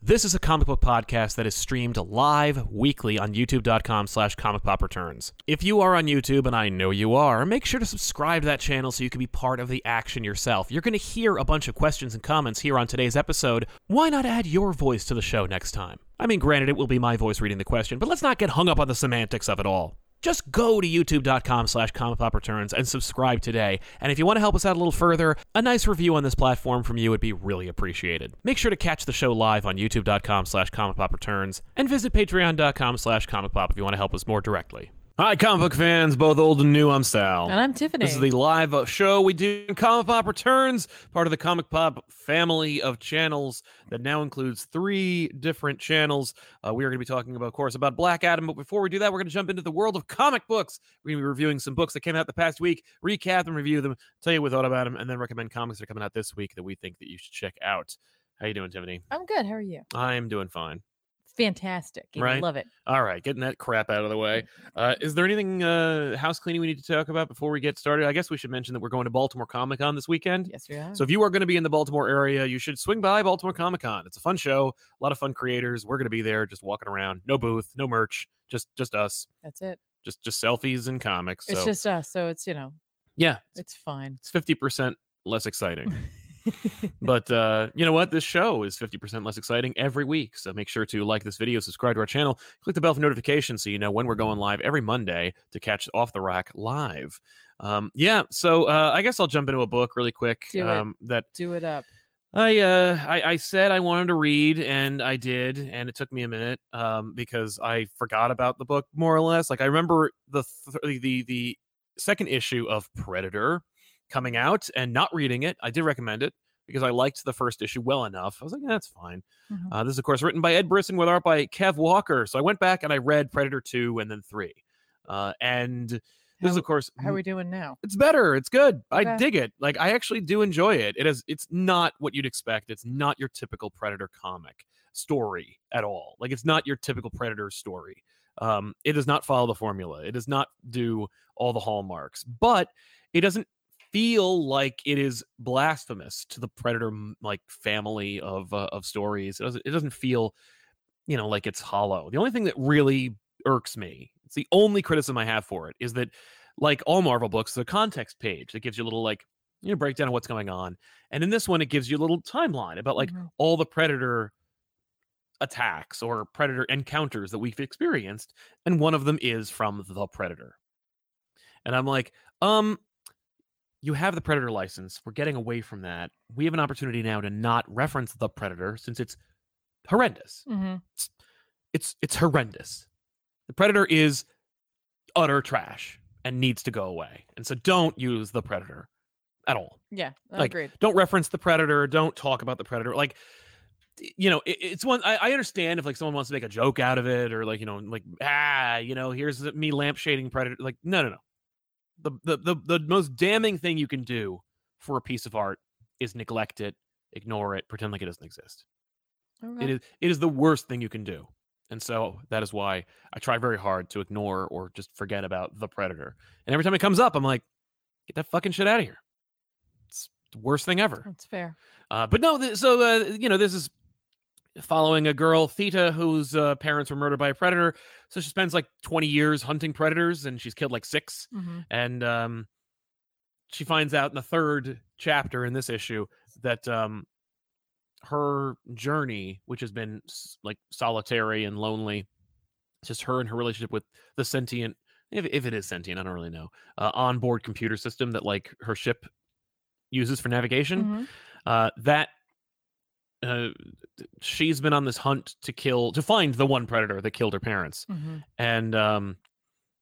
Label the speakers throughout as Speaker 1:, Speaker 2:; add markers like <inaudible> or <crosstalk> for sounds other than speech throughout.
Speaker 1: This is a comic book podcast that is streamed live weekly on youtube.com slash comic pop returns. If you are on YouTube, and I know you are, make sure to subscribe to that channel so you can be part of the action yourself. You're going to hear a bunch of questions and comments here on today's episode. Why not add your voice to the show next time? I mean, granted, it will be my voice reading the question, but let's not get hung up on the semantics of it all just go to youtube.com slash comic pop returns and subscribe today and if you want to help us out a little further a nice review on this platform from you would be really appreciated make sure to catch the show live on youtube.com slash comic pop returns and visit patreon.com slash comic pop if you want to help us more directly hi comic book fans both old and new i'm sal
Speaker 2: And I'm Tiffany.
Speaker 1: this is the live uh, show we do in Comic Pop Returns, part of the Comic Pop family of channels that now includes three different channels. Uh, we are going to be talking, about, of course, about Black Adam. But before we do that, we're going to jump into the world of comic books. We're going to be reviewing some books that came out the past week, recap and review them, tell you what we thought about them, and then recommend comics that are coming out this week that we think that you should check out. How you doing, Tiffany?
Speaker 2: I'm good. How are you?
Speaker 1: I'm doing fine.
Speaker 2: Fantastic. I
Speaker 1: Right?
Speaker 2: love it.
Speaker 1: All right, getting that crap out of the way.
Speaker 2: Mm.
Speaker 1: Uh, is there anything uh, house cleaning we need to talk about before we get started? I guess we should mention that we're going to Baltimore Comic Con this weekend.
Speaker 2: Yes, you are.
Speaker 1: So if you are going to be in the Baltimore area, you should swing by Baltimore Comic Con. It's a fun show, a lot of fun creators. We're going to be there, just walking around, no booth, no merch, just just us,
Speaker 2: That's it.
Speaker 1: just just selfies and comics. So
Speaker 2: It's just us. So it's, you know,
Speaker 1: yeah,
Speaker 2: it's
Speaker 1: <laughs>
Speaker 2: fine.
Speaker 1: it's fifty percent less exciting. but uh, you know what? This show is 50% less exciting every week. So make sure to like this video, subscribe to our channel, click the bell for notifications so you know when we're going live every Monday to catch Off the Rack live. Um, yeah, so uh, I guess I'll jump into a book really quick
Speaker 2: Do it.
Speaker 1: um, that
Speaker 2: Do it up.
Speaker 1: I, uh, I I said I wanted to read, and I did, and it took me a minute um, because I forgot about the book more or less. Like I remember the th- the the second issue of Predator coming out and not reading it. I did recommend it because I liked the first issue well enough. I was like, "Yeah, that's fine.
Speaker 2: Mhm.
Speaker 1: Uh, this is of course written by Ed Brisson with art by Kev Walker. So I went back and I read Predator two and then three, uh, and this is
Speaker 2: How-
Speaker 1: of course
Speaker 2: How are we doing now?
Speaker 1: it's better. It's good. I
Speaker 2: Okay.
Speaker 1: dig it. Like I actually do enjoy it. It is it's not what you'd expect. It's not your typical predator comic story at all. Like it's not your typical predator story. Um it does not follow the formula. It does not do all the hallmarks, but it doesn't feel like it is blasphemous to the predator m- like family of uh, of stories. It doesn't it doesn't feel you know like it's hollow. The only thing that really irks me, it's the only criticism I have for it is that like all Marvel books, the context page that gives you a little like you know breakdown of what's going on. And in this one, it gives you a little timeline about like
Speaker 2: Mhm.
Speaker 1: all the predator attacks or predator encounters that we've experienced, and one of them is from the predator. And I'm like, um, you have the predator license. We're getting away from that. We have an opportunity now to not reference the predator since it's horrendous
Speaker 2: Mhm.
Speaker 1: it's it's horrendous. The predator is utter trash and needs to go away. And so don't use the predator at all.
Speaker 2: Yeah, I
Speaker 1: Like,
Speaker 2: agreed.
Speaker 1: Don't reference the predator. Don't talk about the predator. Like y- you know, it, it's one I, I understand if like someone wants to make a joke out of it or like you know like ah you know here's me lampshading predator. Like no no no. The the the the most damning thing you can do for a piece of art is neglect it, ignore it, pretend like it doesn't exist. It
Speaker 2: Okay.
Speaker 1: is it is the worst thing you can do. And so that is why I try very hard to ignore or just forget about the predator. And every time it comes up, I'm like, get that fucking shit out of here. It's the worst thing ever.
Speaker 2: That's fair.
Speaker 1: Uh, but no, th- so uh, you know, this is following a girl, Theta, whose uh, parents were murdered by a predator. So she spends like 20 years hunting predators, and she's killed like six
Speaker 2: Mhm.
Speaker 1: and um, she finds out in the third chapter in this issue that um, her journey, which has been s- like solitary and lonely, just her and her relationship with the sentient, if, if it is sentient, I don't really know, uh, onboard computer system that like her ship uses for navigation
Speaker 2: Mhm.
Speaker 1: uh, that uh, she's been on this hunt to kill to find the one predator that killed her parents
Speaker 2: Mhm.
Speaker 1: and um,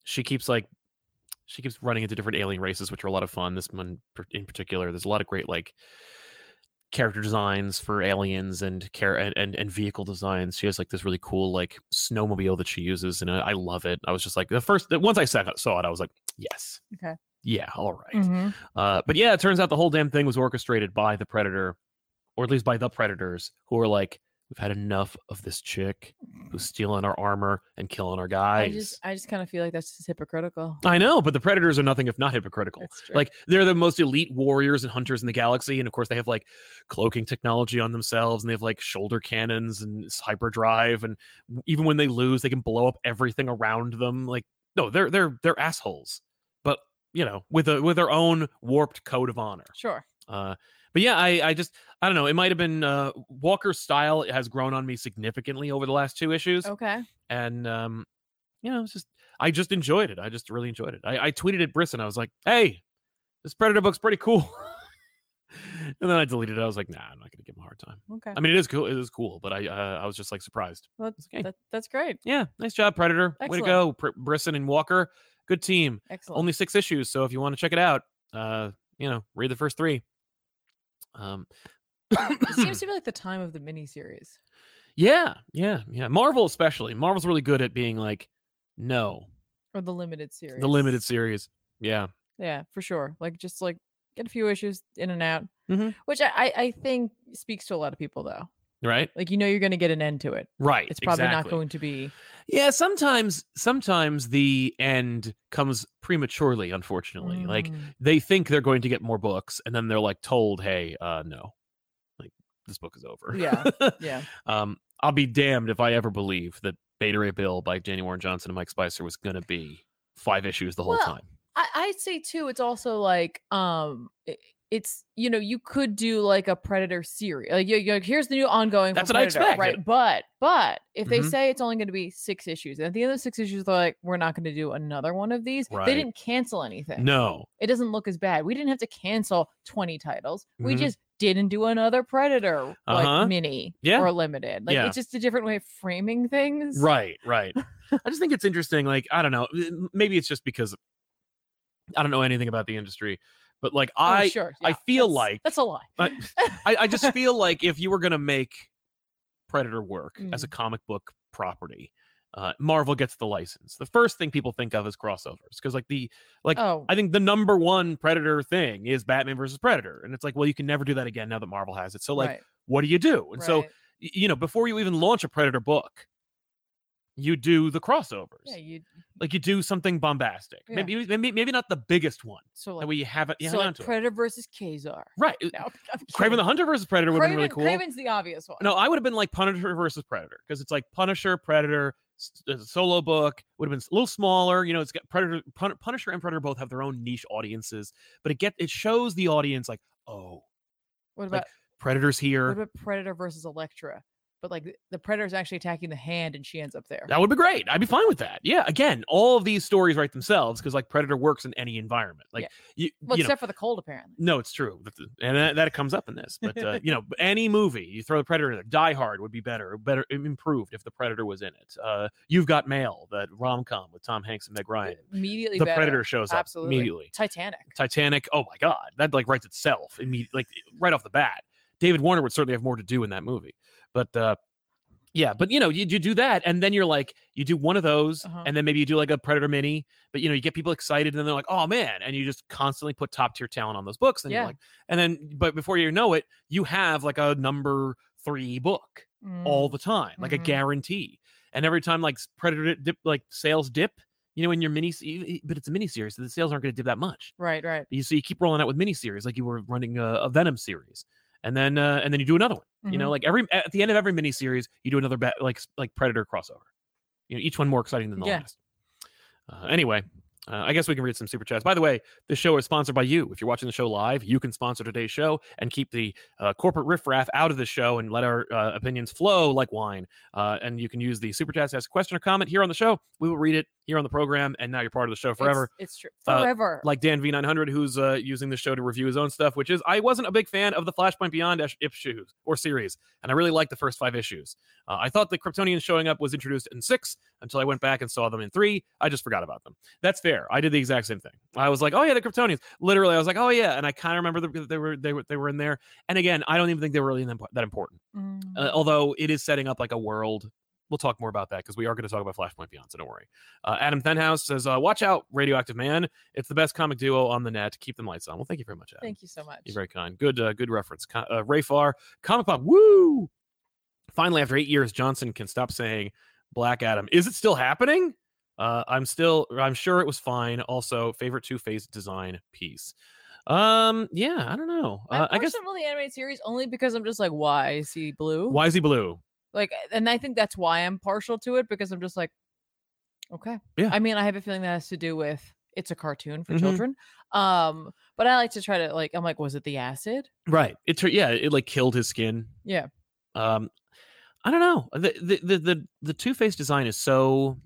Speaker 1: she keeps like she keeps running into different alien races, which are a lot of fun. This one par- in particular, there's a lot of great like character designs for aliens and care and, and and vehicle designs. She has like this really cool like snowmobile that she uses, and I, I love it. I was just like the first the- once I saw it, saw it, I was like, yes,
Speaker 2: Okay.
Speaker 1: yeah, all right.
Speaker 2: Mhm.
Speaker 1: Uh, but yeah, it turns out the whole damn thing was orchestrated by the Predator, or at least by the Predators, who are like, We've had enough of this chick who's stealing our armor and killing our guys.
Speaker 2: Mm. I just I just kind of feel like that's just hypocritical.
Speaker 1: I know, but the predators are nothing if not hypocritical.
Speaker 2: That's true.
Speaker 1: Like they're the most elite warriors and hunters in the galaxy, and of course they have like cloaking technology on themselves, and they have like shoulder cannons and s- hyperdrive, and w- even when they lose, they can blow up everything around them. Like no, they're they're they're assholes, but you know with a with their own warped code of honor.
Speaker 2: sure.
Speaker 1: Uh, but yeah, I I just I don't know. It might have been uh, Walker's style has grown on me significantly over the last two issues
Speaker 2: Okay.
Speaker 1: and um, you know, it's just I just enjoyed it. I just really enjoyed it. I, I tweeted at Brisson. I was like, "Hey, this Predator book's pretty cool," <laughs> and then I deleted it. I was like, "Nah, I'm not gonna give him a hard time."
Speaker 2: Okay.
Speaker 1: I mean, it is cool. It is cool, but I uh, I was just like surprised.
Speaker 2: Well,
Speaker 1: okay.
Speaker 2: that, that's great.
Speaker 1: Yeah, nice job, Predator. Way
Speaker 2: Excellent.
Speaker 1: to go, Pr- Brisson and Walker. Good team.
Speaker 2: Excellent.
Speaker 1: Only six issues, so if you want to check it out, uh, you know, read the first three. Um,
Speaker 2: <coughs> it seems to be like the time of the miniseries.
Speaker 1: <clears throat> yeah, yeah, yeah. Marvel especially. Marvel's really good at being like, no,
Speaker 2: Or the limited series.
Speaker 1: The limited series. Yeah.
Speaker 2: Yeah, for sure. Like just like get a few issues in and out.
Speaker 1: Mhm.
Speaker 2: Which I, I, I think speaks to a lot of people though.
Speaker 1: Right.
Speaker 2: Like you know you're gonna get an end to it.
Speaker 1: Right.
Speaker 2: It's probably
Speaker 1: E exactly.
Speaker 2: not going to be
Speaker 1: Yeah. Sometimes, sometimes the end comes prematurely. Unfortunately, like <laughs>
Speaker 2: Mm,
Speaker 1: they think they're going to get more books, and then they're like told, "Hey, uh, no, like this book is over."
Speaker 2: Yeah.
Speaker 1: <laughs>
Speaker 2: yeah.
Speaker 1: um, I'll be damned if I ever believe that Beta Ray Bill by Janie Warren Johnson and Mike Spicer was going to be five issues the whole
Speaker 2: Well,
Speaker 1: time.
Speaker 2: I, I'd say too, it's also like um i- it's you know, you could do like a predator series. Like you, you here's the new ongoing for
Speaker 1: That's what I
Speaker 2: Predator, right?
Speaker 1: expected.
Speaker 2: But but if they
Speaker 1: Mhm.
Speaker 2: say it's only gonna be six issues, and at the end of the six issues, they're like, We're not gonna do another one of these.
Speaker 1: Right.
Speaker 2: They didn't cancel anything.
Speaker 1: No.
Speaker 2: it doesn't look as bad. We didn't have to cancel 20 titles. We
Speaker 1: Mhm.
Speaker 2: just didn't do another Predator
Speaker 1: Uh-huh.
Speaker 2: like mini
Speaker 1: Yeah.
Speaker 2: or limited. Like
Speaker 1: Yeah.
Speaker 2: it's just a different way of framing things.
Speaker 1: Right,
Speaker 2: <laughs>
Speaker 1: right. I just think it's interesting. Like, I don't know. m- Maybe it's just because I don't know anything about the industry, but like,
Speaker 2: Oh,
Speaker 1: I,
Speaker 2: sure.
Speaker 1: I feel
Speaker 2: that's-
Speaker 1: like-
Speaker 2: that's a lie. <laughs>
Speaker 1: I- I, I just feel like if you were gonna make Predator work as
Speaker 2: Mm.
Speaker 1: a comic book property, uh, Marvel gets the license. The first thing people think of is crossovers because, like, the like
Speaker 2: oh,
Speaker 1: I think the number one Predator thing is Batman versus Predator, and it's like, well, you can never do that again now that Marvel has it. So, like,
Speaker 2: right,
Speaker 1: what do you do? And so, y-
Speaker 2: right.
Speaker 1: you know, before you even launch a Predator book. You do the crossovers
Speaker 2: yeah, you
Speaker 1: like you do something bombastic.
Speaker 2: Yeah.
Speaker 1: Maybe, maybe maybe not the biggest one
Speaker 2: so
Speaker 1: that
Speaker 2: like,
Speaker 1: we haven't you
Speaker 2: so
Speaker 1: hung
Speaker 2: like
Speaker 1: on to it.
Speaker 2: Predator versus Kazar.
Speaker 1: Right,
Speaker 2: <laughs> No, I'm kidding.
Speaker 1: <laughs> Craven the Hunter versus Predator would have been really
Speaker 2: Kraven-
Speaker 1: cool.
Speaker 2: Kraven's the obvious one.
Speaker 1: No, I would have been like Punisher versus Predator because it's like Punisher, Predator, s- uh, solo book would have been s- a little smaller. You know, it's got Predator, Pun- Punisher, and Predator both have their own niche audiences, but it get it shows the audience like, oh,
Speaker 2: what
Speaker 1: like,
Speaker 2: about
Speaker 1: Predator's
Speaker 2: what
Speaker 1: here.
Speaker 2: about Predator versus Electra? But like th- the Predator's actually attacking the hand and she ends up there.
Speaker 1: That would be great. I'd be fine with that. Yeah. Again, all of these stories write themselves because like Predator works in any environment. Like
Speaker 2: Yeah.
Speaker 1: you,
Speaker 2: well,
Speaker 1: you know,
Speaker 2: except for the cold apparently.
Speaker 1: No, it's true, That- that- and that, that comes up in this. But uh, you know, b- any movie you throw the Predator, in there, Die Hard would be better, better im- improved if the Predator was in it. Uh, You've Got Mail, that rom com with Tom Hanks and Meg Ryan.
Speaker 2: Immediately
Speaker 1: the
Speaker 2: better.
Speaker 1: Predator shows up
Speaker 2: Absolutely.
Speaker 1: immediately.
Speaker 2: Titanic.
Speaker 1: Titanic, oh my god, that like writes itself immediately, like right off the bat. David Warner would certainly have more to do in that movie, but uh, yeah, but you know, you, you do that, and then you're like, you do one of those,
Speaker 2: Uh-huh.
Speaker 1: and then maybe you do like a Predator mini, but you know, you get people excited, and they're like, oh man, and you just constantly put top tier talent on those books, and you're
Speaker 2: Yeah.
Speaker 1: like, and then, but before you know it, you have like a number three book all
Speaker 2: Mm.
Speaker 1: the time, like a
Speaker 2: Mhm.
Speaker 1: guarantee. And every time like s- Predator dip, like sales dip, you know, in your mini, but it's a mini series, so the sales aren't going to dip that much.
Speaker 2: right, right.
Speaker 1: You so you keep rolling out with miniseries, like you were running a, a Venom series, and then uh, and then you do another one.
Speaker 2: Mm-hmm.
Speaker 1: You know, like every at the end of every miniseries, you do another ba- like s- like Predator crossover. You know, each one more exciting than the
Speaker 2: Yeah.
Speaker 1: last. Uh, anyway, uh, I guess we can read some super chats. By the way, this show is sponsored by you. If you're watching the show live, you can sponsor today's show and keep the uh, corporate riffraff out of the show and let our uh, opinions flow like wine. Uh, and you can use the super chats to ask a question or comment here on the show. We will read it here on the program, and now you're part of the show
Speaker 2: It's-
Speaker 1: forever
Speaker 2: It's, true.
Speaker 1: Uh,
Speaker 2: Forever.
Speaker 1: like Dan V900, who's uh, using the show to review his own stuff, which is I wasn't a big fan of the Flashpoint Beyond ish- issues or series, and I really liked the first five issues. Uh, I thought the Kryptonians showing up was introduced in six until I went back and saw them in three. I just forgot about them. That's fair. I did the exact same thing. I was like, oh yeah, the Kryptonians. Literally, I was like, oh yeah, and I kind of remember that they were they were they were in there. And again, I don't even think they were really that impo- that important.
Speaker 2: Mm.
Speaker 1: Uh, although it is setting up like a world. We'll talk more about that because we are going to talk about Flashpoint Beyond, so don't worry. Uh, Adam Thenhouse says, uh, "Watch out, Radioactive Man! It's the best comic duo on the net. Keep them lights on." Well, thank you very much, Adam.
Speaker 2: Thank you so much.
Speaker 1: You're very kind. Good, uh, good reference. Co- uh, Ray Farr, comic pop. Woo! Finally, after eight years, Johnson can stop saying Black Adam. Is it still happening? Uh, I'm still, I'm sure it was fine. Also, favorite Two Face design piece. Um, yeah, I don't know.
Speaker 2: I
Speaker 1: Uh,
Speaker 2: watched
Speaker 1: I guess
Speaker 2: some of the animated series only because I'm just like, why is he blue?
Speaker 1: why is he E blue?
Speaker 2: Like, and I think that's why I'm partial to it because I'm just like, okay.
Speaker 1: Yeah.
Speaker 2: I mean, I have a feeling that has to do with it's a cartoon for
Speaker 1: Mhm.
Speaker 2: children. Um, but I like to try to like, I'm like, was it the acid?
Speaker 1: Right. It tur- yeah, it like killed his skin.
Speaker 2: Yeah.
Speaker 1: Um I don't know. The the the the, the Two-Face design is so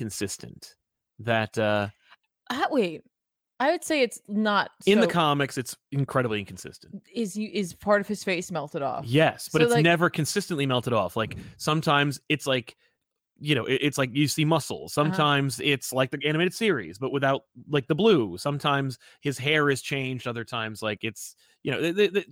Speaker 1: inconsistent that uh
Speaker 2: Ah, wait, I would say it's not
Speaker 1: in the
Speaker 2: so-
Speaker 1: comics it's incredibly inconsistent.
Speaker 2: is he is part of his face melted off?
Speaker 1: Yes, but
Speaker 2: Oh, so,
Speaker 1: it's
Speaker 2: like-
Speaker 1: never consistently melted off. Like sometimes it's like you know, it- it's like you see muscle.
Speaker 2: Uh-huh.
Speaker 1: Sometimes it's like the animated series, but without like the blue. Sometimes his hair is changed. Other times, like it's you know, th- th- th-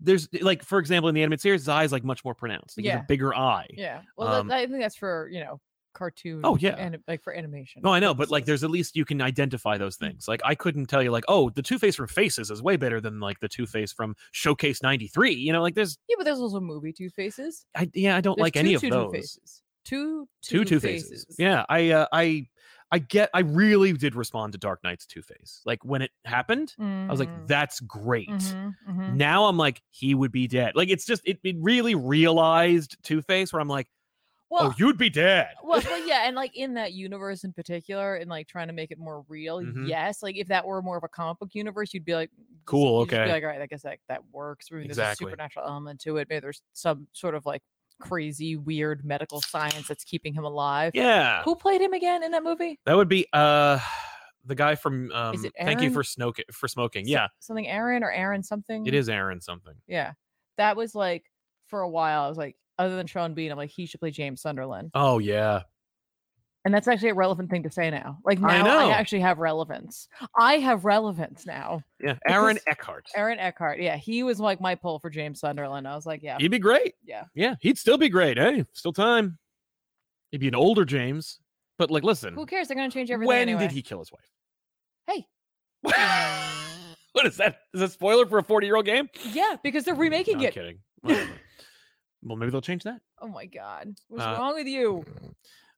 Speaker 1: there's like for example in the animated series, his eye is like much more pronounced. Like, he has
Speaker 2: Yeah.
Speaker 1: a bigger eye.
Speaker 2: Yeah. Well, that-
Speaker 1: Um,
Speaker 2: I think that's for you know cartoon.
Speaker 1: Oh, yeah.
Speaker 2: anim- like for animation.
Speaker 1: No, I know, but like
Speaker 2: purposes.
Speaker 1: there's at least you can identify those
Speaker 2: Hmm.
Speaker 1: things. Like I couldn't tell you like, oh, the Two Face from Faces is way better than like the Two Face from Showcase '93. You know, like there's,
Speaker 2: yeah, but there's also movie Two Faces.
Speaker 1: I yeah, I don't
Speaker 2: There's
Speaker 1: like
Speaker 2: two
Speaker 1: any of
Speaker 2: two
Speaker 1: those.
Speaker 2: Faces. Two
Speaker 1: Two Two Faces. Yeah, I uh, I I get. I really did respond to Dark Knight's Two Face. Like when it happened, I was
Speaker 2: Mm-hmm.
Speaker 1: like, Oh, that's great.
Speaker 2: Mhm, mhm.
Speaker 1: Now I'm like, he would be dead. Like it's just it, it really realized Two Face where I'm like,
Speaker 2: well,
Speaker 1: oh, you'd be dead.
Speaker 2: well, well, yeah, and like in that universe in particular, and like trying to make it more real.
Speaker 1: Mhm.
Speaker 2: Yes, like if that were more of a comic book universe, you'd be like, just-
Speaker 1: Cool,
Speaker 2: you'd just
Speaker 1: okay.
Speaker 2: be like, all right, I guess that that works. Maybe there's a
Speaker 1: Exactly.
Speaker 2: supernatural element to it. Maybe there's some sort of like crazy, weird medical science that's keeping him alive.
Speaker 1: Yeah,
Speaker 2: Who played him again in that movie?
Speaker 1: that would be uh the guy from um,
Speaker 2: it
Speaker 1: Thank You
Speaker 2: Aaron?
Speaker 1: for Snoke for smoking.
Speaker 2: So-
Speaker 1: Yeah.
Speaker 2: something Aaron or Aaron something.
Speaker 1: It is Aaron something.
Speaker 2: Yeah, that was like for a while. I was like, other than Sean Bean, I'm like he should play James Sunderland,
Speaker 1: Oh yeah.
Speaker 2: and that's actually a relevant thing to say now. Like now,
Speaker 1: I
Speaker 2: I,
Speaker 1: know.
Speaker 2: actually have relevance. I have relevance now.
Speaker 1: Yeah. Aaron
Speaker 2: Because-
Speaker 1: Eckhart.
Speaker 2: Aaron Eckhart, yeah, he was like my pull for James Sunderland. I was like, yeah,
Speaker 1: He'd be great.
Speaker 2: yeah,
Speaker 1: Yeah. He'd still be great. Hey, still time. He'd be an older James. But like listen,
Speaker 2: who cares? They're gonna change everything.
Speaker 1: when
Speaker 2: anyway.
Speaker 1: did he kill his wife?
Speaker 2: Hey.
Speaker 1: <laughs> what is that? Is that a spoiler for a 40 year old game?
Speaker 2: Yeah, because they're remaking
Speaker 1: No, I'm
Speaker 2: it.
Speaker 1: kidding. Whatever. well, maybe they'll change that.
Speaker 2: Oh my god, what's
Speaker 1: Uh,
Speaker 2: wrong with you?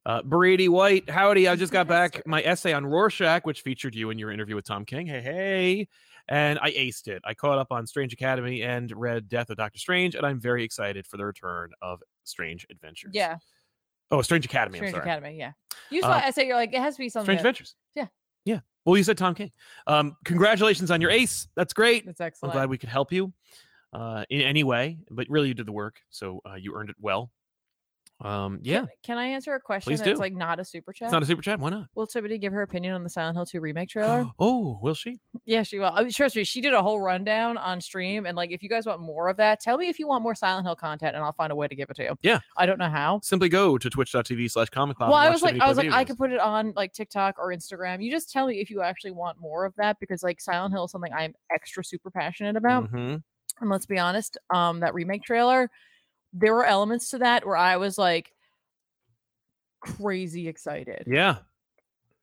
Speaker 1: Uh, Brady White, howdy. I just got back
Speaker 2: Bastard.
Speaker 1: my essay on Rorschach, which featured you in your interview with Tom King. Hey, hey. And I aced it. I caught up on Strange Academy and read Death of Doctor Strange, and I'm very excited for the return of Strange Adventures.
Speaker 2: Yeah,
Speaker 1: Oh, Strange Academy.
Speaker 2: Strange
Speaker 1: I'm sorry.
Speaker 2: Academy. Yeah, you
Speaker 1: Uh,
Speaker 2: saw. I say you're like it has to be something.
Speaker 1: Strange
Speaker 2: that-
Speaker 1: Adventures.
Speaker 2: Yeah.
Speaker 1: Yeah. Well, you said Tom King. Um, congratulations on your ace. That's great.
Speaker 2: That's
Speaker 1: I'm
Speaker 2: excellent.
Speaker 1: glad we could help you uh, in any way, but really you did the work, so uh, you earned it well. Um, yeah.
Speaker 2: Can, can I answer a question
Speaker 1: Please
Speaker 2: that's
Speaker 1: do.
Speaker 2: like not a super chat?
Speaker 1: It's not a super chat. Why not?
Speaker 2: Will Tibbetty give her opinion on the Silent Hill 2 remake
Speaker 1: <gasps>
Speaker 2: trailer?
Speaker 1: Oh, will she?
Speaker 2: yeah, she will. I mean, trust me, she did a whole rundown on stream. And like, if you guys want more of that, tell me if you want more Silent Hill content, and I'll find a way to give it to you.
Speaker 1: Yeah.
Speaker 2: I don't know how.
Speaker 1: simply go to twitch.tv slash comic
Speaker 2: well, I was like, I was like, I could put it on like TikTok or Instagram. You just tell me if you actually want more of that because like Silent Hill is something I'm extra super passionate about.
Speaker 1: Mm-hmm.
Speaker 2: And let's be honest, um, that remake trailer, there were elements to that where I was like crazy excited.
Speaker 1: yeah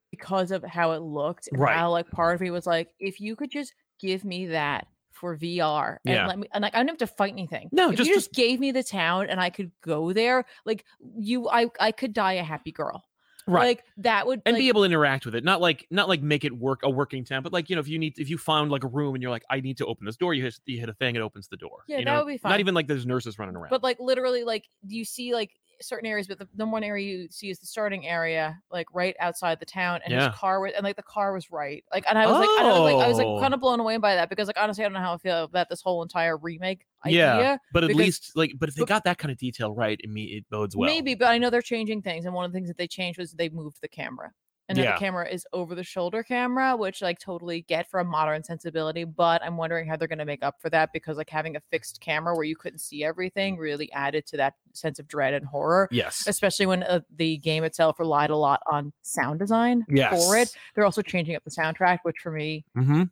Speaker 2: because of how it looked and
Speaker 1: Right.
Speaker 2: how like part of me was like if you could just give me that for VR and
Speaker 1: Yeah.
Speaker 2: let me and like I don't have to fight anything.
Speaker 1: No,
Speaker 2: if
Speaker 1: just-
Speaker 2: you
Speaker 1: just-
Speaker 2: just, gave me the town and I could go there, like you I I could die a happy girl.
Speaker 1: right
Speaker 2: Like that would
Speaker 1: and
Speaker 2: like,
Speaker 1: be able to interact with it not like not like make it work a working town but like you know if you need if you found like a room and you're like i need to open this door you hit, you hit a thing it opens the door
Speaker 2: Yeah,
Speaker 1: you
Speaker 2: that
Speaker 1: know?
Speaker 2: would be
Speaker 1: not
Speaker 2: fine.
Speaker 1: even like there's nurses running around
Speaker 2: but like literally like do you see like certain areas but the, the one area you see is the starting area like right outside the town and
Speaker 1: Yeah.
Speaker 2: his car was and like the car was right like and i was like and i was like i was
Speaker 1: Oh.
Speaker 2: like kind of blown away by that because like honestly i don't know how i feel about this whole entire remake idea
Speaker 1: yeah but at
Speaker 2: because-
Speaker 1: least like but if they
Speaker 2: but-
Speaker 1: got that kind of detail right it, me, it bodes well
Speaker 2: Maybe, but I know they're changing things. And one of the things that they changed was they moved the camera. And now
Speaker 1: Yeah.
Speaker 2: the camera is over the shoulder camera, which like totally get for a modern sensibility. But I'm wondering how they're going to make up for that because like having a fixed camera where you couldn't see everything really added to that sense of dread and horror,
Speaker 1: yes
Speaker 2: especially when uh, the game itself relied a lot on sound design for it.
Speaker 1: Yes.
Speaker 2: They're also changing up the soundtrack, which for me,
Speaker 1: mm-hmm.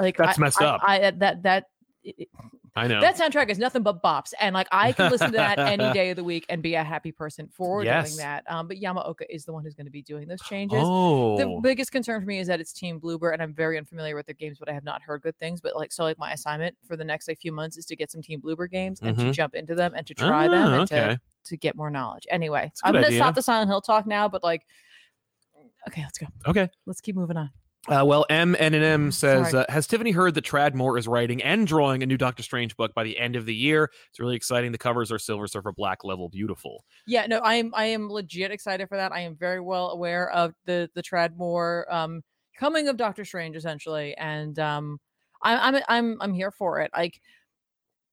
Speaker 2: like
Speaker 1: That's
Speaker 2: I-
Speaker 1: messed
Speaker 2: I-
Speaker 1: up.
Speaker 2: I, that that. it- it-
Speaker 1: I know.
Speaker 2: That soundtrack is nothing but bops, and like I can listen to
Speaker 1: <laughs>
Speaker 2: that any day of the week and be a happy person for
Speaker 1: Yes.
Speaker 2: doing that. Um, but Yamaoka is the one who's going to be doing those changes.
Speaker 1: oh,
Speaker 2: The biggest concern for me is that it's Team Bloober, and I'm very unfamiliar with their games, but I have not heard good things. But like, so like my assignment for the next like few months is to get some Team Bloober games and to
Speaker 1: Mhm.
Speaker 2: jump into them and to try them
Speaker 1: Ah,
Speaker 2: and
Speaker 1: okay.
Speaker 2: to to get more knowledge. Anyway,
Speaker 1: That's a
Speaker 2: I'm
Speaker 1: good
Speaker 2: gonna
Speaker 1: idea.
Speaker 2: stop the Silent Hill talk now, but like, okay, let's go.
Speaker 1: Okay.
Speaker 2: Let's keep moving on.
Speaker 1: Uh, well, M N and M says,
Speaker 2: Mm, Sorry.
Speaker 1: uh, has Tiffany heard that Trad Moore is writing and drawing a new Doctor Strange book by the end of the year? It's really exciting. The covers are Silver Surfer Black level beautiful.
Speaker 2: Yeah, no, I am I am legit excited for that. I am very well aware of the the Tradmore um coming of Doctor Strange essentially, and um I'm I'm I'm I'm here for it. Like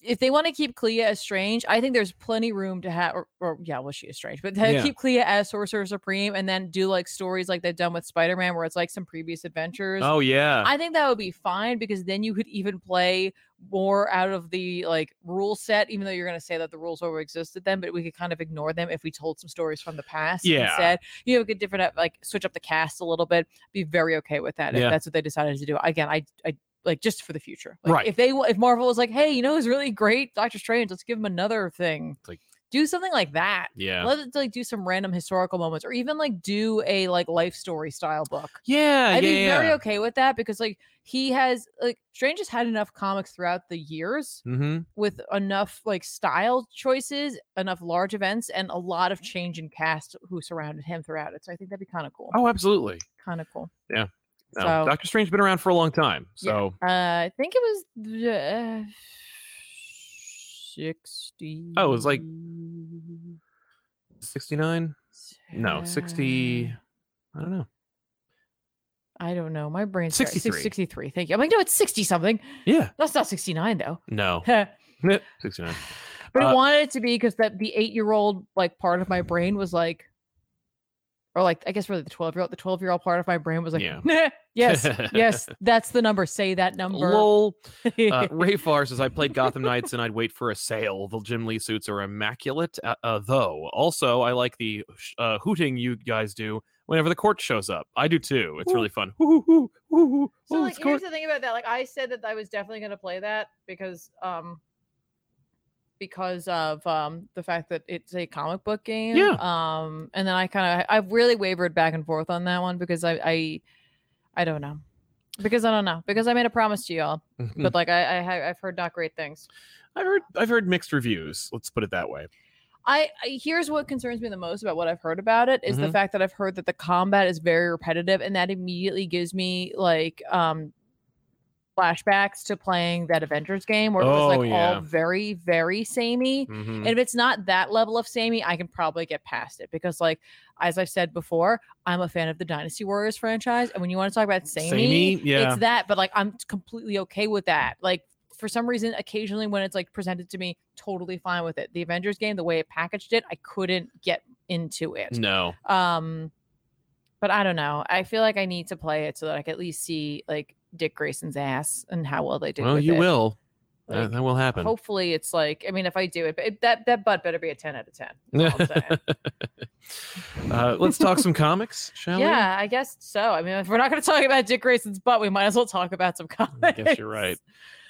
Speaker 2: if they want to keep Clea as Strange, I think there's plenty room to have or, or yeah, well she is Strange, but to
Speaker 1: Yeah.
Speaker 2: keep Clea as Sorcerer Supreme and then do like stories like they've done with Spider-Man where it's like some previous adventures.
Speaker 1: Oh yeah,
Speaker 2: I think that would be fine because then you could even play more out of the like rule set, even though you're going to say that the rules already existed then, but we could kind of ignore them if we told some stories from the past
Speaker 1: Yeah.
Speaker 2: instead. You know, get different, uh, like switch up the cast a little bit. Be very okay with that
Speaker 1: Yeah.
Speaker 2: if that's what they decided to do. Again, I, I like just for the future. Like,
Speaker 1: Right.
Speaker 2: If they, wa- if Marvel was like, hey, you know, it's really great, Doctor Strange, let's give him another thing.
Speaker 1: It's like-
Speaker 2: do something like that.
Speaker 1: yeah,
Speaker 2: Let it like do some random historical moments, or even like do a like life story style book.
Speaker 1: yeah,
Speaker 2: I'd
Speaker 1: yeah,
Speaker 2: be
Speaker 1: yeah.
Speaker 2: very okay with that because like he has like Strange has had enough comics throughout the years
Speaker 1: Mm-hmm.
Speaker 2: with enough like style choices, enough large events, and a lot of change in cast who surrounded him throughout it. So I think that'd be kind of cool.
Speaker 1: Oh, absolutely.
Speaker 2: Kind of cool.
Speaker 1: Yeah. No,
Speaker 2: So
Speaker 1: Doctor Strange's been around for a long time,
Speaker 2: Yeah.
Speaker 1: so
Speaker 2: uh, I think it was the uh, sixty.
Speaker 1: Oh, it was like- sixty nine. No, 60 I don't know.
Speaker 2: I don't know. My brain's fried. Six-
Speaker 1: 63.
Speaker 2: 63. Thank you. I'm like, no, it's 60 something.
Speaker 1: Yeah,
Speaker 2: That's not 69 though. <laughs>
Speaker 1: no, <laughs> sixty nine.
Speaker 2: But
Speaker 1: Uh,
Speaker 2: I wanted it to be because that the eight year old like part of my brain was like, or like I guess really the twelve year old the twelve year old part of my brain was like,
Speaker 1: Yeah.
Speaker 2: "Nah,
Speaker 1: <laughs>
Speaker 2: yes, yes, that's the number. Say that number. <laughs>
Speaker 1: Lol. Uh, Ray Farr says I played Gotham Knights and I'd wait for a sale. The Jim Lee suits are immaculate, uh, uh, though. Also, I like the sh- uh, hooting you guys do whenever the court shows up. I do too. It's
Speaker 2: Ooh.
Speaker 1: really fun. Ooh, ooh, ooh, ooh, ooh,
Speaker 2: so
Speaker 1: ooh,
Speaker 2: like,
Speaker 1: Oh, it's
Speaker 2: here's
Speaker 1: court.
Speaker 2: the thing about that. Like I said that I was definitely going to play that because um because of um the fact that it's a comic book game.
Speaker 1: Yeah.
Speaker 2: Um, and then I kind of I've really wavered back and forth on that one because I I I don't know because I don't know because I made a promise to y'all
Speaker 1: Mm.
Speaker 2: but like I, I ha- I've heard not great things.
Speaker 1: Mm-hmm. I've heard I've heard mixed reviews. Let's put it that way.
Speaker 2: I, I here's what concerns me the most about what I've heard about it is
Speaker 1: Mhm.
Speaker 2: the fact that I've heard that the combat is very repetitive, and that immediately gives me like um flashbacks to playing that Avengers game where it was
Speaker 1: Oh,
Speaker 2: like
Speaker 1: yeah.
Speaker 2: all very very samey.
Speaker 1: Mhm.
Speaker 2: <laughs> And if it's not that level of samey, I can probably get past it because, like, as I've said before, I'm a fan of the Dynasty Warriors franchise. And when you want to talk about samey,
Speaker 1: Samey? Yeah.
Speaker 2: it's that, but like, I'm completely okay with that. Like, for some reason, occasionally when it's like presented to me, totally fine with it. The Avengers game, the way it packaged it, I couldn't get into it.
Speaker 1: No.
Speaker 2: Um, but I don't know. I feel like I need to play it so that I can at least see like Dick Grayson's ass and how well they did.
Speaker 1: Well,
Speaker 2: with
Speaker 1: you
Speaker 2: it.
Speaker 1: will. That-
Speaker 2: Like,
Speaker 1: that will happen.
Speaker 2: Hopefully, it's like I mean, if I do it, but it, that that butt better be a ten out of ten.
Speaker 1: <laughs>
Speaker 2: is all I'm saying.
Speaker 1: uh, let's talk
Speaker 2: <laughs>
Speaker 1: some comics, shall we?
Speaker 2: yeah, I guess so. I mean, if we're not going to talk about Dick Grayson's butt, we might as well talk about some comics.
Speaker 1: I guess you're right.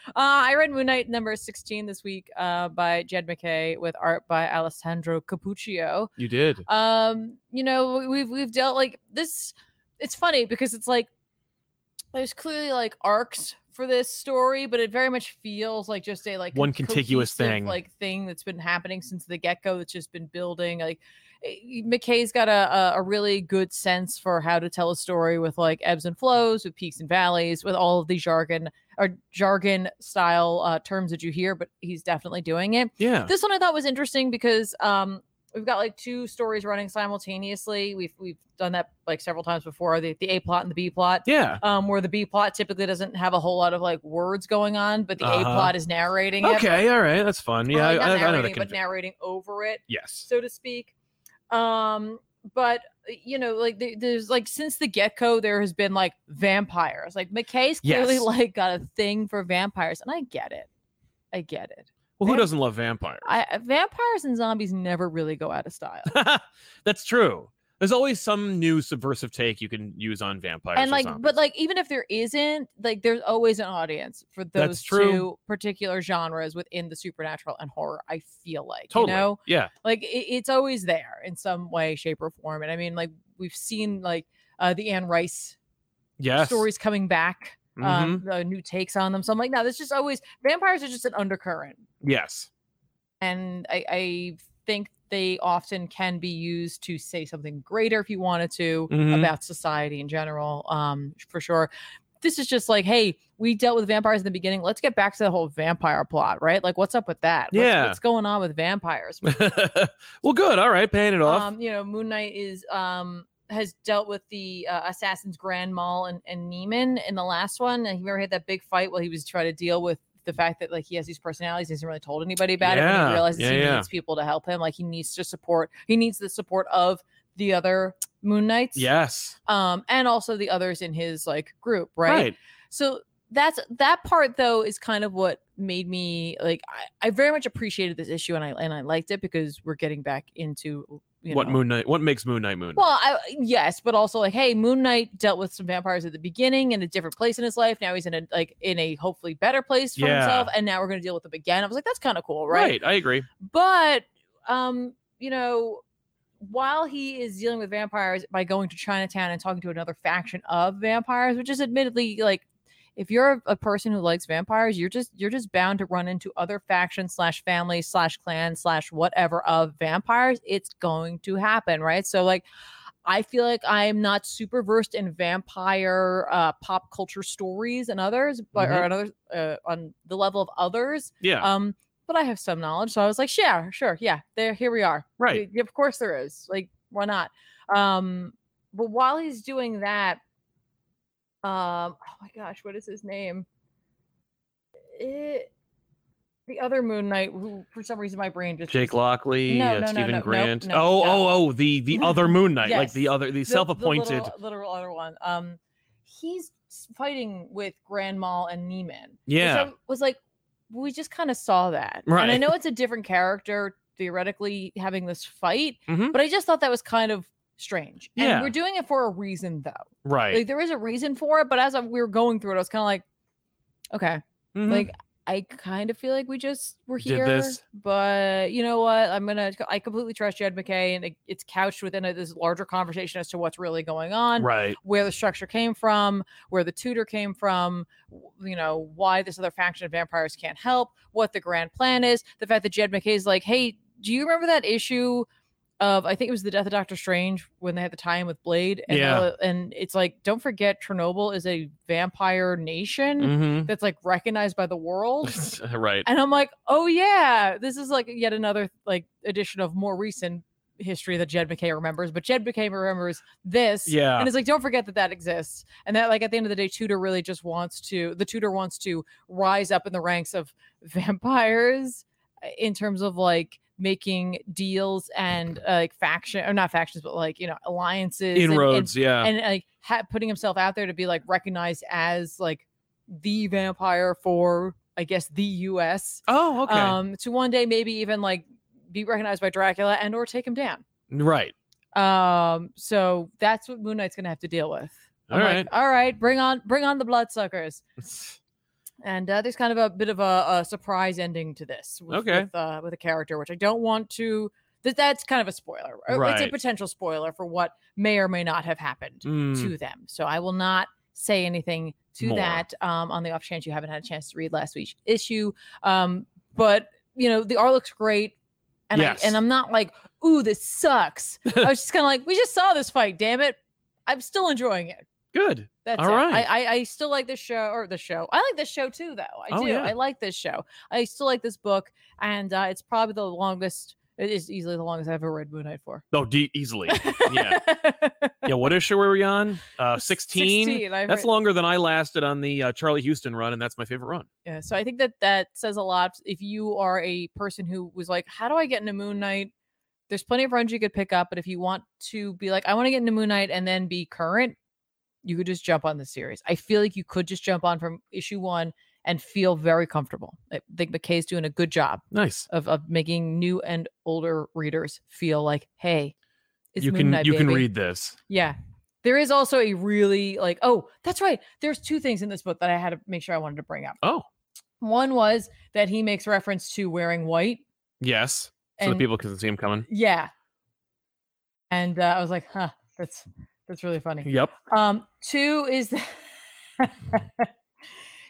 Speaker 2: Uh, I read Moon Knight number sixteen this week uh, by Jed McKay with art by Alessandro Capuccio.
Speaker 1: You did.
Speaker 2: um you know we've we've dealt like this it's funny because it's like there's clearly like arcs for this story but it very much feels like just a like
Speaker 1: One contiguous
Speaker 2: cohesive,
Speaker 1: thing.
Speaker 2: like thing that's been happening since the get-go that's just been building like eh, mckay's got a, a a really good sense for how to tell a story with like ebbs and flows with peaks and valleys with all of the jargon or jargon style uh, terms that you hear but he's definitely doing it
Speaker 1: Yeah.
Speaker 2: this one I thought was interesting because um we've got like two stories running simultaneously. We've we've done that like several times before, the, the A plot and the B plot.
Speaker 1: Yeah.
Speaker 2: Um, where the B plot typically doesn't have a whole lot of like words going on, but the
Speaker 1: Uh-huh.
Speaker 2: A plot is narrating it.
Speaker 1: Okay. All right. That's fun.
Speaker 2: Or,
Speaker 1: Yeah. I,
Speaker 2: like,
Speaker 1: I,
Speaker 2: not
Speaker 1: I know
Speaker 2: narrating
Speaker 1: that.
Speaker 2: it, but
Speaker 1: convi-
Speaker 2: narrating over it
Speaker 1: yes.
Speaker 2: so to speak. Um, but you know, like there- there's like since the get go, there has been like vampires. Like McKay's clearly
Speaker 1: Yes.
Speaker 2: like got a thing for vampires, and I get it. I get it.
Speaker 1: Well, who
Speaker 2: vamp-
Speaker 1: doesn't love vampires?
Speaker 2: uh, I vampires and zombies never really go out of style.
Speaker 1: <laughs> That's true. There's always some new subversive take you can use on vampires.
Speaker 2: and
Speaker 1: or
Speaker 2: like
Speaker 1: zombies.
Speaker 2: but like even if there isn't like there's always an audience for those
Speaker 1: That's true.
Speaker 2: two particular genres within the supernatural and horror i feel like
Speaker 1: totally,
Speaker 2: you know
Speaker 1: yeah.
Speaker 2: like it, it's always there in some way shape or form and i mean like we've seen like uh the anne rice
Speaker 1: Yes.
Speaker 2: stories coming back
Speaker 1: Mhm.
Speaker 2: um the new takes on them so i'm like no this just always vampires are just an undercurrent
Speaker 1: Yes. <laughs>
Speaker 2: and I, I think they often can be used to say something greater if you wanted to
Speaker 1: Mhm.
Speaker 2: about society in general. Um, for sure. This is just like, hey, we dealt with vampires in the beginning. Let's get back to the whole vampire plot, right? Like, what's up with that? What's-
Speaker 1: Yeah.
Speaker 2: what's, going on with vampires?
Speaker 1: well, good. All right, paying it off.
Speaker 2: um, you know, Moon Knight is um has dealt with the uh, assassins Grand Mall and, and Neiman in the last one, and he remember he had that big fight while he was trying to deal with the fact that like he has these personalities, he hasn't really told anybody about it. And
Speaker 1: Yeah,
Speaker 2: he realizes
Speaker 1: yeah,
Speaker 2: he
Speaker 1: yeah.
Speaker 2: needs people to help him. Like he needs to support. He needs the support of the other Moon Knights.
Speaker 1: yes.
Speaker 2: Um, and also the others in his like group, right?
Speaker 1: Right.
Speaker 2: So that's that part though is kind of what made me like I, I very much appreciated this issue and I and I liked it because we're getting back into you
Speaker 1: What
Speaker 2: know,
Speaker 1: Moon Knight? What makes Moon Knight Moon? Knight?
Speaker 2: well, I, yes, but also like, hey, Moon Knight dealt with some vampires at the beginning in a different place in his life. Now he's in a like in a hopefully better place for
Speaker 1: Yeah.
Speaker 2: himself, and now we're gonna deal with them again. I was like, that's kind of cool, right?
Speaker 1: right. I agree.
Speaker 2: But um, you know, while he is dealing with vampires by going to Chinatown and talking to another faction of vampires, which is admittedly like if you're a, a person who likes vampires, you're just you're just bound to run into other factions slash families slash clans slash whatever of vampires. It's going to happen, right? So like I feel like I'm not super versed in vampire uh, pop culture stories and others, but
Speaker 1: Mhm.
Speaker 2: or another uh, on the level of others.
Speaker 1: Yeah.
Speaker 2: Um, but I have some knowledge, so I was like, yeah, sure, yeah, there, here we are.
Speaker 1: right.
Speaker 2: Y- Of course there is. Like, why not? Um, but while he's doing that, um, oh my gosh, what is his name? It, the other Moon Knight, who for some reason my brain just
Speaker 1: Jake Lockley,
Speaker 2: No,
Speaker 1: uh,
Speaker 2: no, no,
Speaker 1: Stephen
Speaker 2: no, no,
Speaker 1: Grant.
Speaker 2: no,
Speaker 1: oh,
Speaker 2: no.
Speaker 1: oh, oh, the
Speaker 2: <laughs>
Speaker 1: the other Moon Knight, like
Speaker 2: Yes.
Speaker 1: the other, the,
Speaker 2: the- the
Speaker 1: self-appointed.
Speaker 2: little, little other one. Um, he's s- fighting with Grand Mal and Neiman.
Speaker 1: yeah.
Speaker 2: which I was like, we just kind of saw that. And I
Speaker 1: Right.
Speaker 2: know it's a different character theoretically having this fight,
Speaker 1: Mhm.
Speaker 2: but I just thought that was kind of strange.
Speaker 1: Yeah.
Speaker 2: And we're doing it for a reason, though.
Speaker 1: right.
Speaker 2: Like there is a reason for it, but as I- we were going through it, I was kind of like, okay,
Speaker 1: Mhm.
Speaker 2: like I kind of feel like we just were
Speaker 1: Did
Speaker 2: here,
Speaker 1: this.
Speaker 2: but you know what? I'm gonna. I completely trust Jed McKay, and it- it's couched within a, this larger conversation as to what's really going on
Speaker 1: right.
Speaker 2: where the structure came from, where the tutor came from, w- you know, why this other faction of vampires can't help, what the grand plan is, the fact that Jed McKay's like, hey, do you remember that issue of I think it was the death of Doctor Strange when they had the tie-in with Blade? And
Speaker 1: Yeah.
Speaker 2: the- and it's like, don't forget Chernobyl is a vampire nation
Speaker 1: hmm
Speaker 2: that's like recognized by the world.
Speaker 1: <laughs> right.
Speaker 2: and I'm like, oh yeah, this is like yet another like edition of more recent history that Jed McKay remembers, but Jed McKay remembers this.
Speaker 1: Yeah.
Speaker 2: <laughs> And it's like, don't forget that that exists. And that, like, at the end of the day, Tudor really just wants to, the Tudor wants to rise up in the ranks of <laughs> vampires uh, in terms of like making deals and uh, like faction, or not factions, but like, you know, alliances, and-
Speaker 1: Inroads. yeah.
Speaker 2: and, and, like ha- putting himself out there to be like recognized as like the vampire for, I guess, the US.
Speaker 1: oh, okay.
Speaker 2: Um, to one day maybe even like be recognized by Dracula and or take him down.
Speaker 1: right.
Speaker 2: Um, so that's what Moon Knight's gonna have to deal with.
Speaker 1: All
Speaker 2: I'm like,
Speaker 1: right.
Speaker 2: all right, bring on, bring on the bloodsuckers. And uh, there's kind of a bit of a, a surprise ending to this. With,
Speaker 1: Okay.
Speaker 2: with, uh, with a character, which I don't want to. That that's kind of a spoiler. or It's
Speaker 1: Right.
Speaker 2: a potential spoiler for what may or may not have happened
Speaker 1: Mm,
Speaker 2: to them. So I will not say anything to
Speaker 1: More.
Speaker 2: that um, on the off chance you haven't had a chance to read last week's issue. Um, but you know, the art looks great. And,
Speaker 1: Yes.
Speaker 2: I, and I'm not like, ooh, this sucks. I
Speaker 1: <laughs>
Speaker 2: was just kind of like, we just saw this fight, damn it. I'm still enjoying it.
Speaker 1: good.
Speaker 2: That's
Speaker 1: All
Speaker 2: it.
Speaker 1: right.
Speaker 2: I, I I still like this show or the show. I like this show too, though. I
Speaker 1: Oh,
Speaker 2: do.
Speaker 1: yeah.
Speaker 2: I like this show. I still like this book, and uh, it's probably the longest. It is easily the longest I've ever read Moon Knight for.
Speaker 1: Oh, de- easily.
Speaker 2: <laughs>
Speaker 1: Yeah. Yeah. What issue were we on? Uh, 16.
Speaker 2: I've
Speaker 1: That's
Speaker 2: read-
Speaker 1: longer than I lasted on the uh, Charlie Houston run, and that's my favorite run.
Speaker 2: Yeah, so I think that that says a lot. If you are a person who was like, "How do I get into Moon Knight?" There's plenty of runs you could pick up, but if you want to be like, "I want to get into Moon Knight" and then be current, you could just jump on the series. I feel like you could just jump on from issue one and feel very comfortable. I think McKay's doing a good job
Speaker 1: Nice.
Speaker 2: of of making new and older readers feel like, "Hey, It's
Speaker 1: you
Speaker 2: Moon
Speaker 1: can
Speaker 2: Knight,
Speaker 1: you can
Speaker 2: baby.
Speaker 1: read this.
Speaker 2: Yeah. There is also a really like, oh, that's right. There's two things in this book that I had to make sure I wanted to bring up.
Speaker 1: Oh
Speaker 2: One was that he makes reference to wearing white.
Speaker 1: yes, so
Speaker 2: And
Speaker 1: the people can see him coming.
Speaker 2: yeah. And uh, I was like, huh, that's that's really funny.
Speaker 1: Yep.
Speaker 2: Um, two is that <laughs>